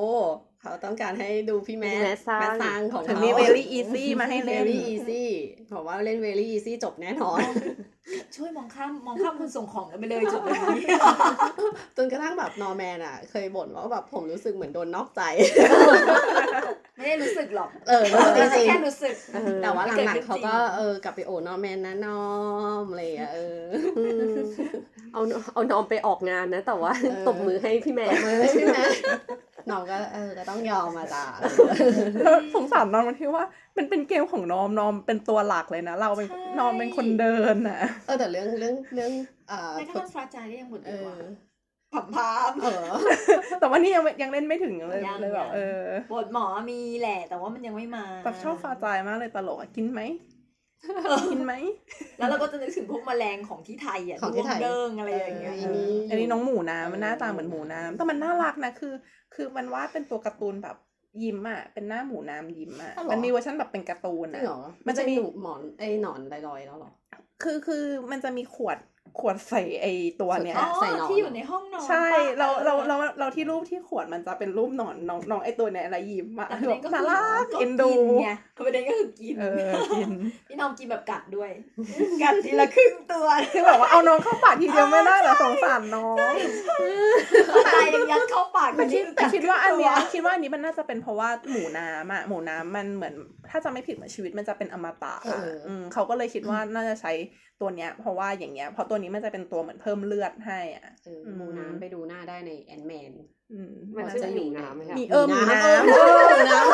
S2: เขาต้องการให้ดูพี่แม่
S4: แมสซัง
S2: แมสซังของ
S1: ถึง
S2: เขา
S1: มี very easy มาให้เล่น
S2: very easy บอกว่าเล่น very easy จบแน่นอน
S6: ช่วยมองข้ามมองข้ามคนส่งของกันไปเลยจุดนี้
S2: จนกระทั่งแบบนอร์แมนอ่ะ เคยบ่นว่าแบบผมรู้สึกเหมือนโดนนอกใจ
S6: ไม่ได้รู้สึกหรอก
S2: *laughs* เออจริงจริง
S6: แค่รู้สึก
S2: ๆแต่ว่าหลังๆเขาก็
S6: เกิดขึ้นจริง
S2: เออกลับไปโอนอร์แมนนะนอมอะไรอย่างเงี้ยเออ
S4: อืมเอาเอานอมไปออกงานนะ แต่ว่า
S2: เออ
S4: ตบมือให้พี่แม่
S2: ตบมือใช่ไหมน้องก็เออก็ต้องยอมมาจ้ะ
S1: แล้ว *laughs* สงสารนอมมันที่ว่ามันเป็นเกมของนอมนอมเป็นตัวหลักเลยนะ เราเป็น
S6: ใช่
S1: นอมเป็นคนเดินน่ะ *laughs*
S2: เออแต่เรื่องเรื่องเรื่องอ่า
S6: แม้กระทั่งฟราจายก็ยังหมด
S2: เอ
S6: ดีก
S2: อ
S6: ว่าผัมพาม
S2: เออ
S1: แต่ว่านี่ยังไม่ยังเล่นไม่ถึงเลย
S6: ยัง
S1: เลยแบบเออ
S6: ปวดหมอมีแหละ แต่ว่ามันยังไม่มา
S1: แบบชอบฟาจายมากเลยตลกอะกินไหมกินไหม
S6: แล้วเราก็จะนึกถึงพวกแมลงของที่ไทยอ่ะ
S2: ของที่ไทย
S6: เดิงอะไรอย่างเงี้ย
S2: นนี้
S1: อันนี้น้องหมูน้ำมันหน้าตาเหมือนหมูน้ำแต่มันน่ารักนะคือ คือมันวาดเป็นตัวการ์ตูนแบบยิ้มอ่ะเป็นหน้าหมูน้ำยิ้มอ่ะ
S2: อ๋อเหรอ
S1: มันมีเวอร์ชันแบบเป็นการ์ตูน
S2: จริ
S1: อ่ะ
S2: งเหรอ
S1: มั
S2: มัน
S1: น
S2: จะ
S1: จะมี
S2: มีหมอนไอ้หนอนลอยๆแล้วเหรอ
S1: คือคือมันจะมีขวดขวดใส่ไอตัวเนี้ย
S6: อ๋อ
S2: ใส่หนอน
S6: ที่อยู่ในห้องนอน
S1: ใช่
S6: ปะ
S1: เราเรา
S6: ออ
S1: เราเราที่รูปที่ขวดมันจะเป็นรูปหนอนน้องน้องไอตัวเนี่ยอะไรยิ้มอะ
S6: แต่ป
S1: คือ
S6: ระ
S1: แบ
S6: เด็นก็
S1: บ
S6: คือก็
S1: น่ารักเอ็นดู
S6: ไงประเด็นก็คือกิน
S1: เออกิน
S6: *laughs* พี่น้องกินแบบกัดด้วย กัดทีละครึ่งตัว
S1: คือแบบว่าเอาน้องเข้าปากทีเดียวไม่ได้เหรอสงสารน้อง
S6: ตายยังยัดเข้าปาก
S1: แต่คิดแต่คิดว่าอันเนี้ย
S6: กัดครึ่ง
S1: คิดว่าอันนี้มันน่าจะเป็นเพราะว่าหมูน้ำอะหมูน้ำมันเหมือน ถ้าจะไม่ผิดเหมือนชีวิตมันจะเป็นอมตะ
S2: เอออื
S1: มเขาก็เลยคิดว่าน่าจะใช้ตัวเนี้ย เพราะว่าอย่างเงี้ยเพราะตัวนี้มันจะเป็นตัวเหมือนเพิ่มเลือดให้อ่ะ
S2: เออ
S1: อืม
S2: หมูน้ำไปดูหน้าได้ในแอนแมน
S1: อืม
S4: มันชื่อหนูน้ำไหมคะ
S1: มีเออหมีน้ำ
S2: เอ
S1: เอ
S2: อ
S1: อ
S2: ห
S1: ห
S2: มี
S1: มี
S2: น้ำ
S1: น้ำ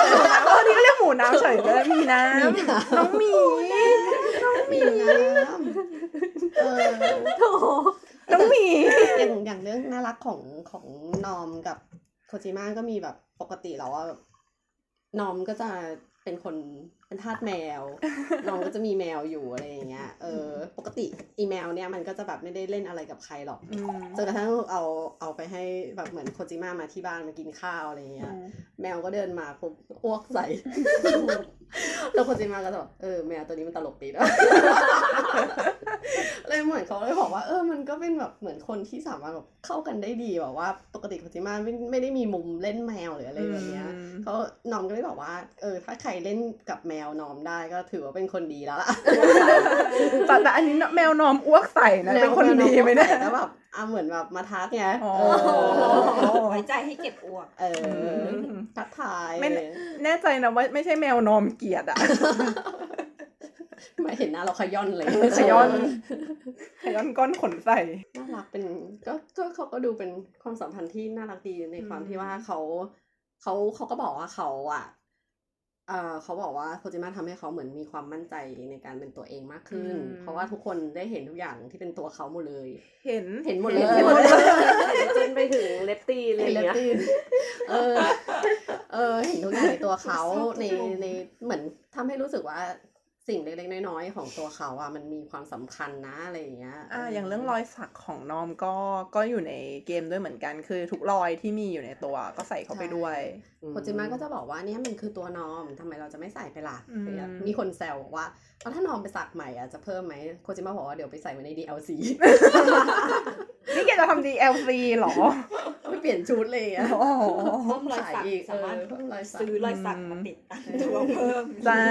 S1: เออนี่ก็เรียกหมูน้ำเฉยเลยหมีน้ำ
S2: มีน้
S1: น้องหมี
S2: ำมีน้ำเออ
S4: โถ
S1: น้องหมี
S2: อย่างอย่างเรื่องน่ารักของของนอมกับโคจิมะก็มีแบบปกติแล้วว่าแบบนอมก็จะเป็นคนเป็นทาสแมว นอมก็จะมีแมวอยู่อะไรอย่างเงี้ยเออ ปกติอีแมวเนี่ยมันก็จะแบบไม่ได้เล่นอะไรกับใครหรอก จนกระทั่งเอาเอาไปให้แบบเหมือนโคจิมะมาที่บ้านมากินข้าวอะไรอย่างเงี้ย แมวก็เดินมาผมอ้วกใส่
S1: *laughs*
S2: แล้วคนจีนมาก็จะบอกเออแมวตัวนี้มันตลก
S1: *laughs*
S2: ดีนะ เลยเหมือนเขาเลยบอกว่าเออมันก็เป็นแบบเหมือนคนที่สามารถแบบเข้ากันได้ดีแบบว่า ปกติคนจีนมาไม่ไม่ได้มีมุมเล่นแมวหรืออะไรแบบเนี้ยเขานอมก็เลยบอกว่า เออ ถ้าใครเล่นกับแมวนอมได้ก็ถือว่าเป็นคนดีแล้วล่ะ
S1: แต่แต่อันนี้แมวนอมอ้วกใส่นะ เป็นคนดีไหมเนี่ย
S2: *laughs* แล้วแบบอ่ะเหมือนแบบมาทักไง
S1: อ๋อ
S2: เอ
S6: ตัว
S2: อ
S6: โอ้โหไว้ใจให้เก็บอ้วก
S2: เออทักทาย
S1: ไม่ แน่ใจนะว่าไม่ใช่แมวนอมเกลียดอะ
S2: มา *laughs* เห็นหน้าเราขย้อนเลย
S1: ขย้อนขย้อนก้อนขนใส่
S2: น่ารักเป็นก็ก็เขาก็ดูเป็นความสัมพันธ์ที่น่ารักดีในความ
S1: อืม
S2: ที่ว่าเขาเขาเขาก็บอกว่าเขาอ่ะเออเขาบอกว่าโคจิมะทำให้เขาเหมือนมีความมั่นใจในการเป็นตัวเองมากขึ้น เพราะว่าทุกคนได้เห็นทุกอย่างที่เป็นตัวเขาหมดเลย
S1: เห็น
S2: เห็นหมดเลย
S1: เห็นหมดเลย
S4: จนไปถึงเล็บตีนอะไร
S2: เห็นเลย
S4: อย่างเงี้ย
S2: ตีนเออ เออ เห็นทุกอย่างในตัว
S1: *laughs*
S2: เขาในในเหมือนทำให้รู้สึกว่าสิ่งเล็กๆน้อยๆของตัวเขาอ่ะมันมีความสำคัญนะอะไรอย่างเงี้ย
S1: อ่าอย่างเรื่องรอยสักของนอมก็ก็อยู่ในเกมด้วยเหมือนกัน คือทุกรอยที่มีอยู่ในตัวก็ใส่เข้าไปด้วย
S2: โคจิมะก็จะบอกว่าเนี่ยมันคือตัวนอมทำไมเราจะไม่ใส่ไปล่ะ
S1: อืม
S2: เนี่ยมีคนแซวบอกว่าแล้วถ้านอมไปสักใหม่อ่ะจะเพิ่มไหมโคจิมะบอกว่าเดี๋ยวไปใส่ไว้ใน
S1: *laughs*
S2: DLC
S1: นี่แกจะทำ DLC เหรอ
S2: ไปเปลี่ยนชุดเลยอ่ะ
S1: อ๋อ
S6: เพิ่มรอยสัก
S2: ใอี
S6: สามารถ
S2: เออเพิ่มรอยสัก
S6: ซื้อรอยสักมาติดตามตัวเพิ่ม
S1: จ้า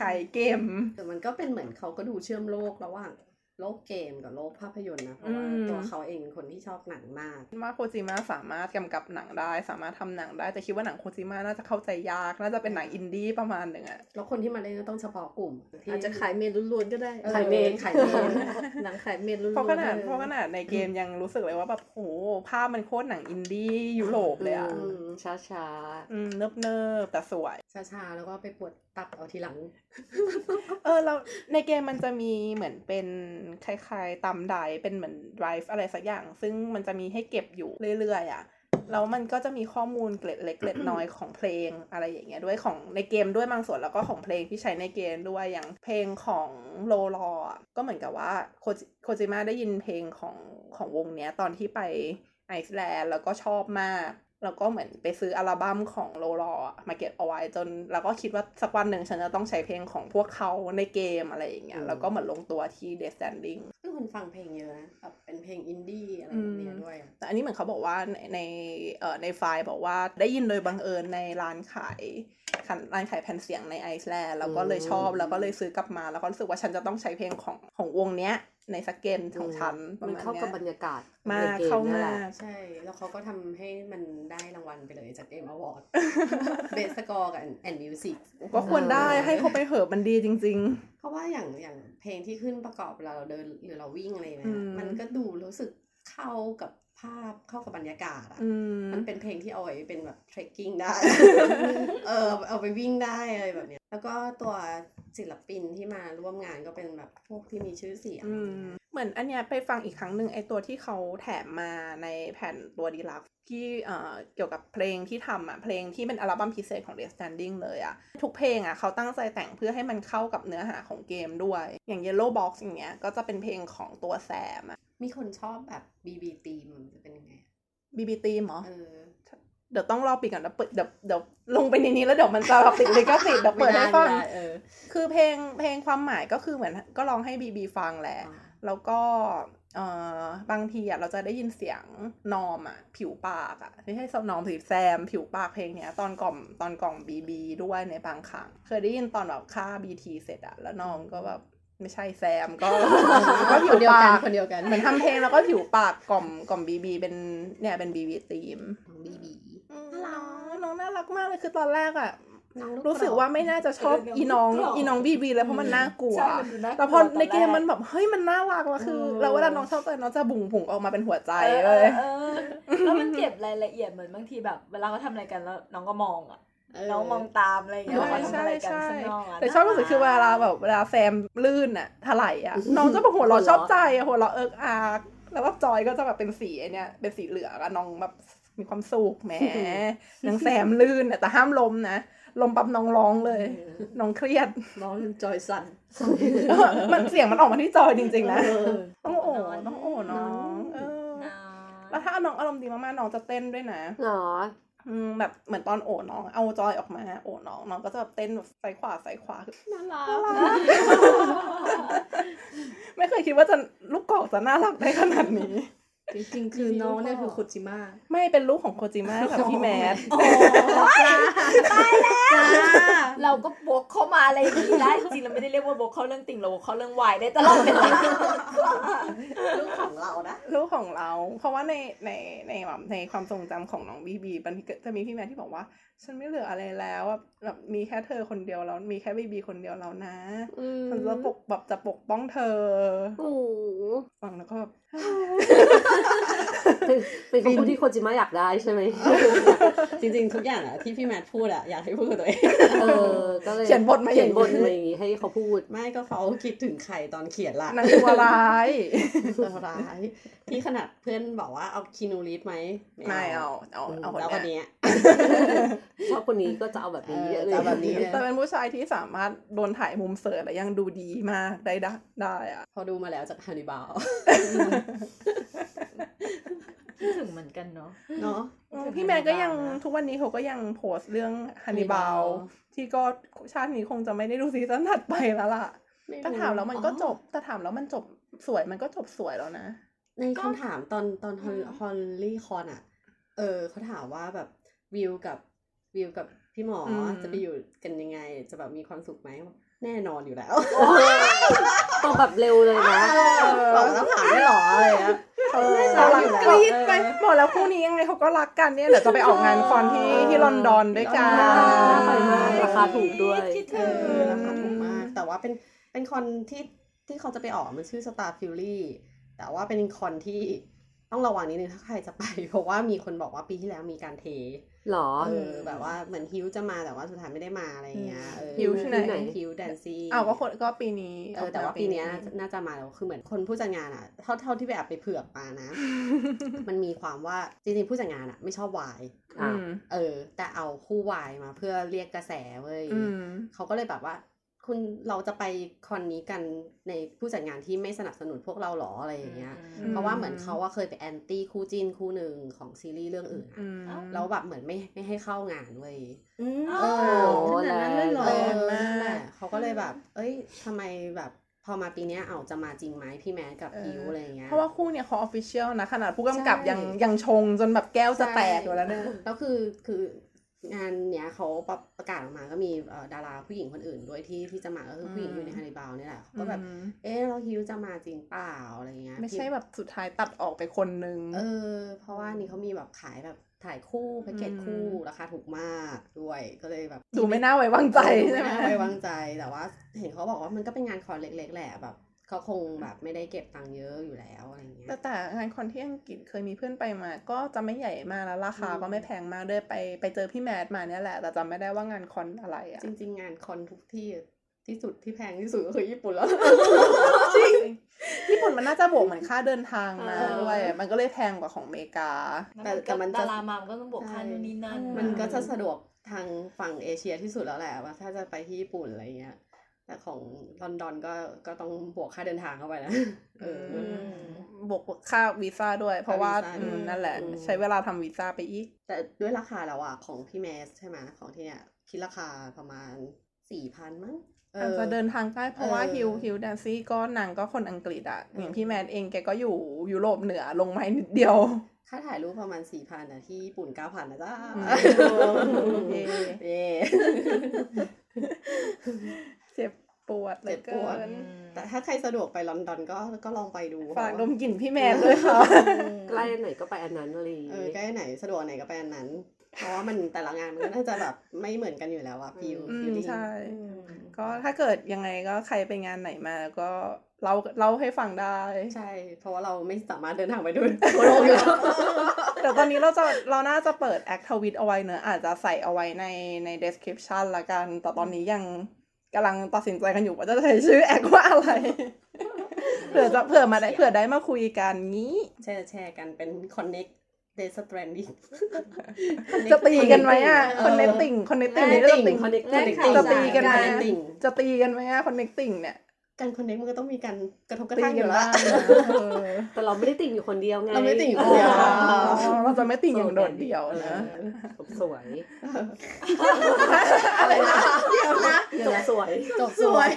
S1: ขายเกม
S2: แต่มันก็เป็นเหมือนเขาก็ดูเชื่อมโลกระหว่างโลกเกมกับโลกภาพยนตร์นะเพราะว่า
S1: อืม
S2: ตัวเขาเองเป็นคนที่ชอบหนังมาก
S1: ว่าโคจิมะสามารถกำกับหนังได้ สามารถทำหนังได้ แต่คิดว่าหนังโคจิมะน่าจะเข้าใจยาก น่าจะเป็นหนังอินดี้ประมาณหนึ่งอะ
S2: แล้วคนที่มาเล่นก็ต้องเฉพาะกลุ่มที่
S3: อาจจะขายเมนล้วนๆก็ได้
S2: ขายเมนขายเมน
S3: หนังขายเมนล้วนๆ
S1: เพราะขนาด
S3: ลย
S1: เพราะขนาดในเกมยังรู้สึกเลยว่าแบบโหภาพมันโคตรหนังอินดี้ยุโรปเลยอะ
S2: อื
S4: มช้า
S1: อืมเนิบเนิบๆแต่สวย
S2: ช้าๆแล้วก็ไปปวดตับเอาทีหลัง
S1: เออเราในเกมมันจะมีเหมือนเป็น คล้ายๆตามไดร์เป็นเหมือนไดรฟ์อะไรสักอย่าง ซึ่งมันจะมีให้เก็บอยู่เรื่อยๆอ่ะแล้วมันก็จะมีข้อมูลเกล็ดเล็กเกล็ดน้อยของเพลงอะไรอย่างเงี้ยด้วยของในเกมด้วยบางส่วนแล้วก็ของเพลงที่ใช้ในเกมด้วยอย่างเพลงของโลลอะก็เหมือนกับว่าโคจิโคจิมะได้ยินเพลงของของวงเนี้ยตอนที่ไป ไอซ์แลนด์แล้วก็ชอบมาก แล้วก็เหมือนไปซื้ออัลบั้มของโลลอะมาเก็บเอาไว้จน แล้วก็คิดว่าสักวันหนึ่งฉันจะต้องใช้เพลงของพวกเขาในเกมอะไรอย่างเงี้ย
S2: อืม
S1: แล้วก็เหมือนลงตัวที่ Death Standing
S2: คือคนฟังเพลงเยอะนะแบบเป็นเพลงอินดี้อะไรแบบเนี้ยด้วยอะ
S1: แต่อันนี้เหมือนเขาบอกว่าในในเอ่อในไฟล์บอกว่าได้ยินโดยบังเอิญในร้านขายขันร้านขายแผ่นเสียงในไอซ์แลนด์แล้วก็เลยชอบแล้วก็เลยซื้อกลับมา แล้วก็รู้สึกว่าฉันจะต้องใช้เพลงของของวงเนี้ยในสักเกมของฉันประ
S4: มัน
S1: มาณ
S4: เข้ากั
S1: เนี้
S4: บ
S1: ย
S4: บรรยากาศ
S1: มาก
S4: ในก
S1: เข้า
S4: นั่น
S1: มา
S4: แหละ
S1: ก
S2: ใช่ แล้วเขาก็ทำให้มันได้รางวัลไปเลยจากเอมอว
S1: *laughs*
S2: อร์ดเบสสกอร์กับแอนด์มิวสิก
S1: ก็ควรได้
S2: เออ
S1: ให้เขาไปเหอะมันดีจริง
S2: เพราะว่าอย่างอย่างเพลงที่ขึ้นประกอบเวลาเราเดินหรือเราวิ่งอะไรเนี่ย
S1: อืม
S2: มันก็ดูรู้สึกเข้ากับภาพเข้ากับบรรยากาศอะ
S1: ๆ อืม
S2: มันเป็นเพลงที่เอาไว้เป็นแบบ trekking ได้ เออเอาไปวิ่งได้อะไรแบบเนี้ย แล้วก็ตัวศิลปินที่มาร่วมงานก็เป็นแบบพวกที่มีชื่อเสียง
S1: อืมเหมือนอันเนี้ยไปฟังอีกครั้งหนึ่งไอตัวที่เขาแถมมาในแผ่นตัวดีลักซ์ที่เอ่อเกี่ยวกับเพลงที่ทำอ่ะเพลงที่
S4: *laughs*
S1: เป็นอัลบั้มพิเศษของ Death Standing เลยอ่ะ ทุกเพลงอ่ะเขาตั้งใจแต่งเพื่อให้มันเข้ากับเนื้อหาของเกมด้วย อย่าง Yellow Box อย่างเงี้ยก็จะเป็นเพลงของตัวแซมอ่ะ
S2: มีคนชอบแบบ BB ทีมมันจะเป็นยังไงอะ
S1: BB Team เหรอ
S2: เออ
S1: เดี๋ยวต้องรอปิดก่อนนะเปิดเดี๋ยวเดี๋ยวลงไปในนี้แล้วเดี๋ยวมันจะแบบติดลิขสิทธิ์เดี๋ยวเปิดให้ฟัง
S2: ไม่ได้เออ
S1: คือเพลงเพลงความหมายก็คือเหมือนก็ร้องให้ BB ฟังแหละ
S2: อ่ะ
S1: แล้วก็เอ่อบางทีอ่ะเราจะได้ยินเสียงนอมอ่ะ ผิวปากอ่ะไม่ใช่นอมสิแซม ผิวปากเพลงเนี้ย ตอนกล่อมตอนกล่อมบีบีด้วยในบางครั้ง เคยได้ยินตอนแบบค่าบีทีเสร็จอ่ะ แล้วนอมก็แบบไม่ใช่แซมก็ *laughs* ก็ผิ
S2: ค
S1: วน
S2: เดียว
S1: ปา
S2: กัน
S1: ก
S2: คนเดียวกัน
S1: เหมือนทำเพลงแล้วก็ผิวปากกล่อมกล่อมบีบีเป็นเนี่ยเป็นบีบีธีม
S2: ของ BB
S1: น้องน้องน่ารักมากเลยคือตอนแรกอ่ะ
S2: น้องลู
S1: รู้สึกว่าไม่น่าจะชอบ
S6: เออน้อง
S1: อี
S6: กร
S1: น้อง
S6: อก
S1: อีน้องบีบีเลยเพราะมันน่ากลัว
S6: ใช่มันดูน่ากลัว
S1: แต่พอในเกม
S6: ตอร
S1: มันแบบเฮ้ยมันน่ารักแล้วคือ
S4: เออ
S1: เราเวลาน้องชอบตัวน้องจะบุ่งผุ่งออกมาเป็นหัวใจ
S6: เออ
S1: เลย
S6: เออเออแล้ว
S1: *laughs*
S6: มันเก็บรายละเอียดเหมือนบางทีแบบ เวลาเขาทำอะไรกันแล้วน้องก็มองอ่ะ
S2: เ
S6: น้องมองตามอะไรอย่างเงี้ยว่าเขาทำ
S1: ใช่
S6: อะไรกันข้า
S1: ใช่
S6: งนอกอะ
S1: แต่ชอบรู้สึกคือเวลาแบบเวลาแซมลื่นอะถลายอะน้องจะแบบหัวเราะชอบใจอะหัวเราะเอิกอากแล้วแบบจอยก็จะแบบเป็นสีไอ้เนี่ยเป็นสีเหลืองอะน้องแบบมีความสุข *laughs* แหมนางแซมลื่นอะแต่ห้ามลมนะลมปั๊บน้องร้องเลย น้องเครียด
S3: ร้องจนจอยสั่น
S1: *laughs* มันเสียงมันออกมาที่จอยจริงๆนะ
S3: เออ
S1: ต้องโอ้ต้องโอ้น้องเออ
S6: น่า
S1: แล้วถ้าน้องอารมณ์ดีมากๆน้องจะเต้นด้วยนะ
S4: เหรอ
S1: อืมแบบเหมือนตอนโอ้น้อง เอาจอยออกมาโอ้น้องน้องก็จะแบบเต้นแบบซ้ายขวาซ้ายขวา
S2: น่ารัก
S1: ไม่เคยคิดว่าจะลูกกอกจะน่ารักได้ขนาดนี้
S3: จริงๆ คือน้องเนี่ยคือโคจิมะ
S1: *laughs* ไม่เป็นลูกของโคจิ *laughs* มะกับพี่แมท
S3: จ้า
S6: เราก็บวกเข้ามาอะไรอย่างนี้ได้จริงๆเราไม่ได้เรียกว่าบวกเข้าเรื่องติ่งเราบวกเข้าเรื่องวายได้ตลอดเวลา
S2: ลูกของเรานะ
S1: ลูกของเรา เพราะว่าในในในแบบในความทรงจำของน้องบีบีมันจะมีพี่แมทที่บอกว่า ฉันไม่เหลืออะไรแล้วอะแบบมีแค่เธอคนเดียวแล้วมีแค่บีบีคนเดียวแล้วนะ
S4: อืม
S1: ฉันจะปกแบบจะปกป้องเธอ
S4: โอ้โห
S1: ฟังแล้วก็แบบ
S4: เป็นเป็นคำพูดที่โคจิมะอยากได้ใช่ไหม
S2: จริงๆ ทุกอย่างอะที่พี่แมทพูดอะอยากให้พูดกับตัวเอง
S4: เออ ก็เลย
S1: เขียนบทมาอย่างนี้
S4: เขียนบทมาอย่างนี้ให้เขาพูด
S2: ไม่ก็เขาคิดถึงใครตอนเขียนล่ะ
S1: นางตัวร้าย
S2: ตัวร้ายที่ขนาดเพื่อนบอกว่าเอาคีนูรีฟไหม
S1: *laughs* ไม่เอาเอา
S2: อืม
S1: เอาคน
S2: แล้ววัน
S1: เนี้ย
S2: เนี้ย
S4: ชอบคนนี้ก็จะเอาแบบ
S2: เอ
S4: นี้
S2: อ
S4: เลย
S2: จะแบบนี้เลย
S1: แต่เป็นผู้ชายที่สามารถโดนถ่ายมุมเสิร์ชแล้วยังดูดีมากได้ได้ได้อะ
S2: พอดูมาแล้วจากฮันนิบาล
S6: คิดถึงเหมือนกันเนาะ
S2: เนาะ
S1: พี่แม่ก็ยัง
S6: Hannibal นะ
S1: ทุกวันนี้เขาก็ยังโพสต์เรื่องฮันนิบาล
S2: Hannibal
S1: ที่ก็ชาตินี้คงจะไม่ได้ดูซีซั่นถัดไปแล้วล่ะแต่ถามแล้วมันก็จ
S2: อ๋อบ
S1: แต่ถามแล้วมันจบสวยมันก็จบสวยแล้วนะ
S2: ในคำถามตอนตอน
S1: อืม
S2: ฮอลลี่คอนอะเออเขาถามว่าแบบวิวกับวิวกับพี่หมออ
S1: ม
S2: จะไปอยู่กันยังไง จะแบบมีความสุขไหมแน่นอนอยู่แล้ว
S4: ตอบแบบเร็วเลยนะ
S2: บอกแล้วถามไม่หรออะไรอะ
S1: เออ
S2: น่ารักอยู่
S1: ก
S2: แล้ว
S1: รี๊ดไปบอกแล้วคู่นี้ยังไงเขาก็รักกันเนี่ยเดี๋ยวจะไปออกงานคอนที่ที่ลอนดอนด้วยกัน
S2: ลอนดอนน่าไปมาก
S4: ราคาถูกด้วย
S6: คิด
S2: เอ
S6: ถึ
S2: อง ราคาถูกมาก แต่ว่าเป็นเป็นคอนที่ที่เขาจะไปออกมันชื่อ Star Fury แต่ว่าเป็นคอนที่ ต้องระวังนิดนึงถ้าใครจะไป *laughs* เพราะว่ามีคนบอกว่าปีที่แล้วมีการเท
S4: หรอ
S2: เออแบบว่าเหมือนฮิวจะมาแต่ว่าสุดท้ายไม่ได้มาอะไรอย่างเงี้ยเออ
S1: ฮิวที่ไหน
S2: ฮิวแดนซี่
S1: อ้าวก็คนก็ปีนี้
S2: เออแต่ว่าปีเนี้ยน่าจะน่าจะมาแล้วคือเหมือนคนผู้จัดงานอ่ะเท่าเท่าที่ไปแอบไปเผือกมานะ มันมีความว่าจริงๆผู้จัดงานอ่ะ ไม่ชอบวาย
S1: อืม
S2: เออ แต่เอาคู่วายมาเพื่อเรียกกระแสเว้ย
S1: อืม
S2: เขาก็เลยแบบว่า คุณเราจะไปคอนนี้กันในผู้จัดงานที่ไม่สนับสนุนพวกเราเหรออะไรอย่างเงี้ย
S1: ม
S2: เพราะว่าเหมือนเขาว่าเคยไปแอนตี้คู่จิ้นคู่หนึ่งของซีรีส์เรื่องอื่นอะ
S1: อืม
S2: แล้วแบบเหมือนไม่ไม่ให้เข้างานเว้ย
S3: อืม
S2: เออ
S3: ขนาดนั้นเลยเหรอ
S2: เออ
S1: แรงมาก
S2: นั่นแหละเขาก็เลยแบบ เอ้ยทำไมแบบพอมาปีเนี้ยเอาจะมาจริงไหมพี่แมทกับ
S1: เออ
S2: พิวอะไรอย่งเงี้ย
S1: เพราะว่าคู่เนี่ยเขาออฟฟิเชียลนะ ขนาดผู้กำกับ
S2: ใช่
S1: ยังยังชงจนแบบแก้วจะแตกอยู่แล้วเนี่ย
S2: ใช่แล้วคือคืองานเนี้ยเขาประประกาศออกมาก็มีเอ่อดาราผู้หญิงคนอื่นด้วยที่ที่จะมาก็คือผู้หญิง
S1: อืม
S2: อยู่ในฮาริบาลเนี่ยแหละเขาก็แบบ เอ๊ะเราฮิวจะมาจริงเปล่าอะไรเงี้ย
S1: ไม่ใช่แบบสุดท้ายตัดออกไปคนนึง
S2: เออ เพราะว่านี่เขามีแบบขายแบบถ่ายคู่แพ็กเกจคู่
S1: อืม
S2: ราคาถูกมากด้วยก็เลยแบบ
S1: ดูไม่น่าไว้วางใจใช่ไหม
S2: ไว้วางใจแต่ว่า เห็นเขาบอกว่ามันก็เป็นงานคอนเล็ก ๆ แหละแบบเขาคงแบบไม่ได้เก็บตังค์เยอะอยู่แล้วอะไรเงี้ย
S1: แต่แต่งานคอนที่อังกฤษเคยมีเพื่อนไปมา ก็จะไม่ใหญ่มากแล้วราคา
S2: อืม
S1: ก็ไม่แพงมากด้วยไปไปเจอพี่แมทมาเนี่ยแหละ แต่จำไม่ได้ว่างานคอนอะไรอะ
S2: จริง ๆ งานคอนทุกที่ที่สุดที่แพงที่สุดก็คือญี่ปุ่นแล้ว
S1: จริงญี่ปุ่นมันน่าจะบวกเหมือนค่าเดินทางมา
S2: เออ
S1: ด้วยมันก็เลยแพงกว่าของอเมริกา
S2: แต่แต่
S6: แต่
S2: มั
S6: มันน
S2: จะ
S6: ดารามามันก็ต้องบวกค่านู่นนี่นั่น
S2: มันก็จะสะดวกทางฝั่งเอเชียที่สุดแล้วแหละว่าถ้าจะไปที่ญี่ปุ่นอะไรเงี้ยแต่ของลอนดอนก็ก็ต้องบวกค่าเดินทางเข้าไปแล้วเออ
S1: อืม บวกค่าวีซ่าด้วย เพราะว่า
S2: ค่าวีซ่า
S1: อืมนั่นแหละ
S2: อืม
S1: ใช้เวลาทำวีซ่าไปอีก
S2: แต่ด้วยราคาแล้วอะของพี่แมสใช่ไหมของที่เนี่ยคิดราคาประมาณสี่พันมั้งเออ
S1: อาจจะเดินทางใกล้เพราะว่า
S2: เออ
S1: ฮิวฮิวแดนซี่ก็นางก็คนอังกฤษอะอย่างพี่แมทเองแกก็อยู่ยุโรปเหนือลงไม้นิดเดียว
S2: ค่าถ่ายรูปประมาณสี่พันแต่ที่ญี่ปุ่นเก้าพันนะจ๊ะ
S1: อืม
S2: เย้เย้
S1: เจ็บปวดเหลย
S2: เจ็บป
S1: เกิ
S2: วด
S1: น
S2: แต่ถ้าใครสะดวกไปลอนดอนก็ก็ลองไปดู
S1: ฝากดมกลิ่นพี่แมทด้วยค่ะ
S4: ใกล้อันไหนก็ไปอันนั้นอะไรอย่าง
S2: เออ
S4: งี้
S2: ใกล้ไหนสะดวกไหนก็ไปอันนั้น เพราะว่ามันแต่ละงานมันก็น่าจะแบบไม่เหมือนกันอยู่แล้วอะฟิล
S1: อื
S2: ฟิล
S1: ม
S2: ลิ่ง
S1: ใช่ ก็ถ้าเกิดยังไงก็ใครไปงานไหนมาก็เล่าเล่าให้ฟังได้
S2: ใช่ เพราะว่าเราไม่สามารถเดินทางไปดู *laughs* ทั่วโลกแล้ว
S1: แต่ตอนนี้เราจะเราน่าจะเปิดแอคทวิตเอาไว้เนอะอาจจะใส่เอาไว้ในใน description ละกัน แต่ตอนนี้ยังกำลังตัดสินใจกันอยู่ว่าจะใช้ชื่อแอคว่าอะไร เผื่อจะเผื่อมาได้เผื่อได้มาคุยกันงี้
S2: แชร์แชร์กันเป็น connect day stranding *laughs*
S1: *laughs* จะตีกันไหมอ่ะ connecting connecting นี่ก็จะตี
S2: connect
S1: จะตีกันไหม
S2: connecting
S1: จะตีกันไหมอ่ะ connecting เนี่ย
S2: การ connect มันก็ต้องมีการกระทบกระ
S1: ตี
S2: ทั่งอ
S1: กั
S2: ยู่
S1: น
S2: แล้ว
S1: บ้างเออ
S4: แต่เราไม่ได้ติ่งอยู่คนเดียวไง
S2: เราไม่ได้ติ่งอยู่
S1: อ๋
S2: คนเดียว
S1: อเราจะไม่ติ่งอย่างโดดเดี่ยว
S4: ออ
S1: นะ
S4: จบสวย
S2: อะไรนะเดี๋ยวนะ
S4: จบสวย
S2: จบสวย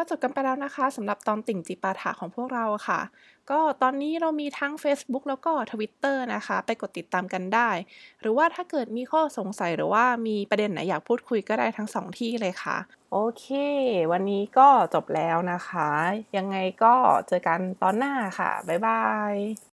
S1: ก็จบกันไปแล้วนะคะสำหรับตอนติ่งจิปาถะของพวกเราค่ะ ก็ตอนนี้เรามีทั้ง Facebook แล้วก็ Twitter นะคะ ไปกดติดตามกันได้ หรือว่าถ้าเกิดมีข้อสงสัยหรือว่ามีประเด็นไหนอยากพูดคุยก็ได้ทั้งสองที่เลยค่ะ โอเค วันนี้ก็จบแล้วนะคะ ยังไงก็เจอกันตอนหน้าค่ะ บ๊ายบาย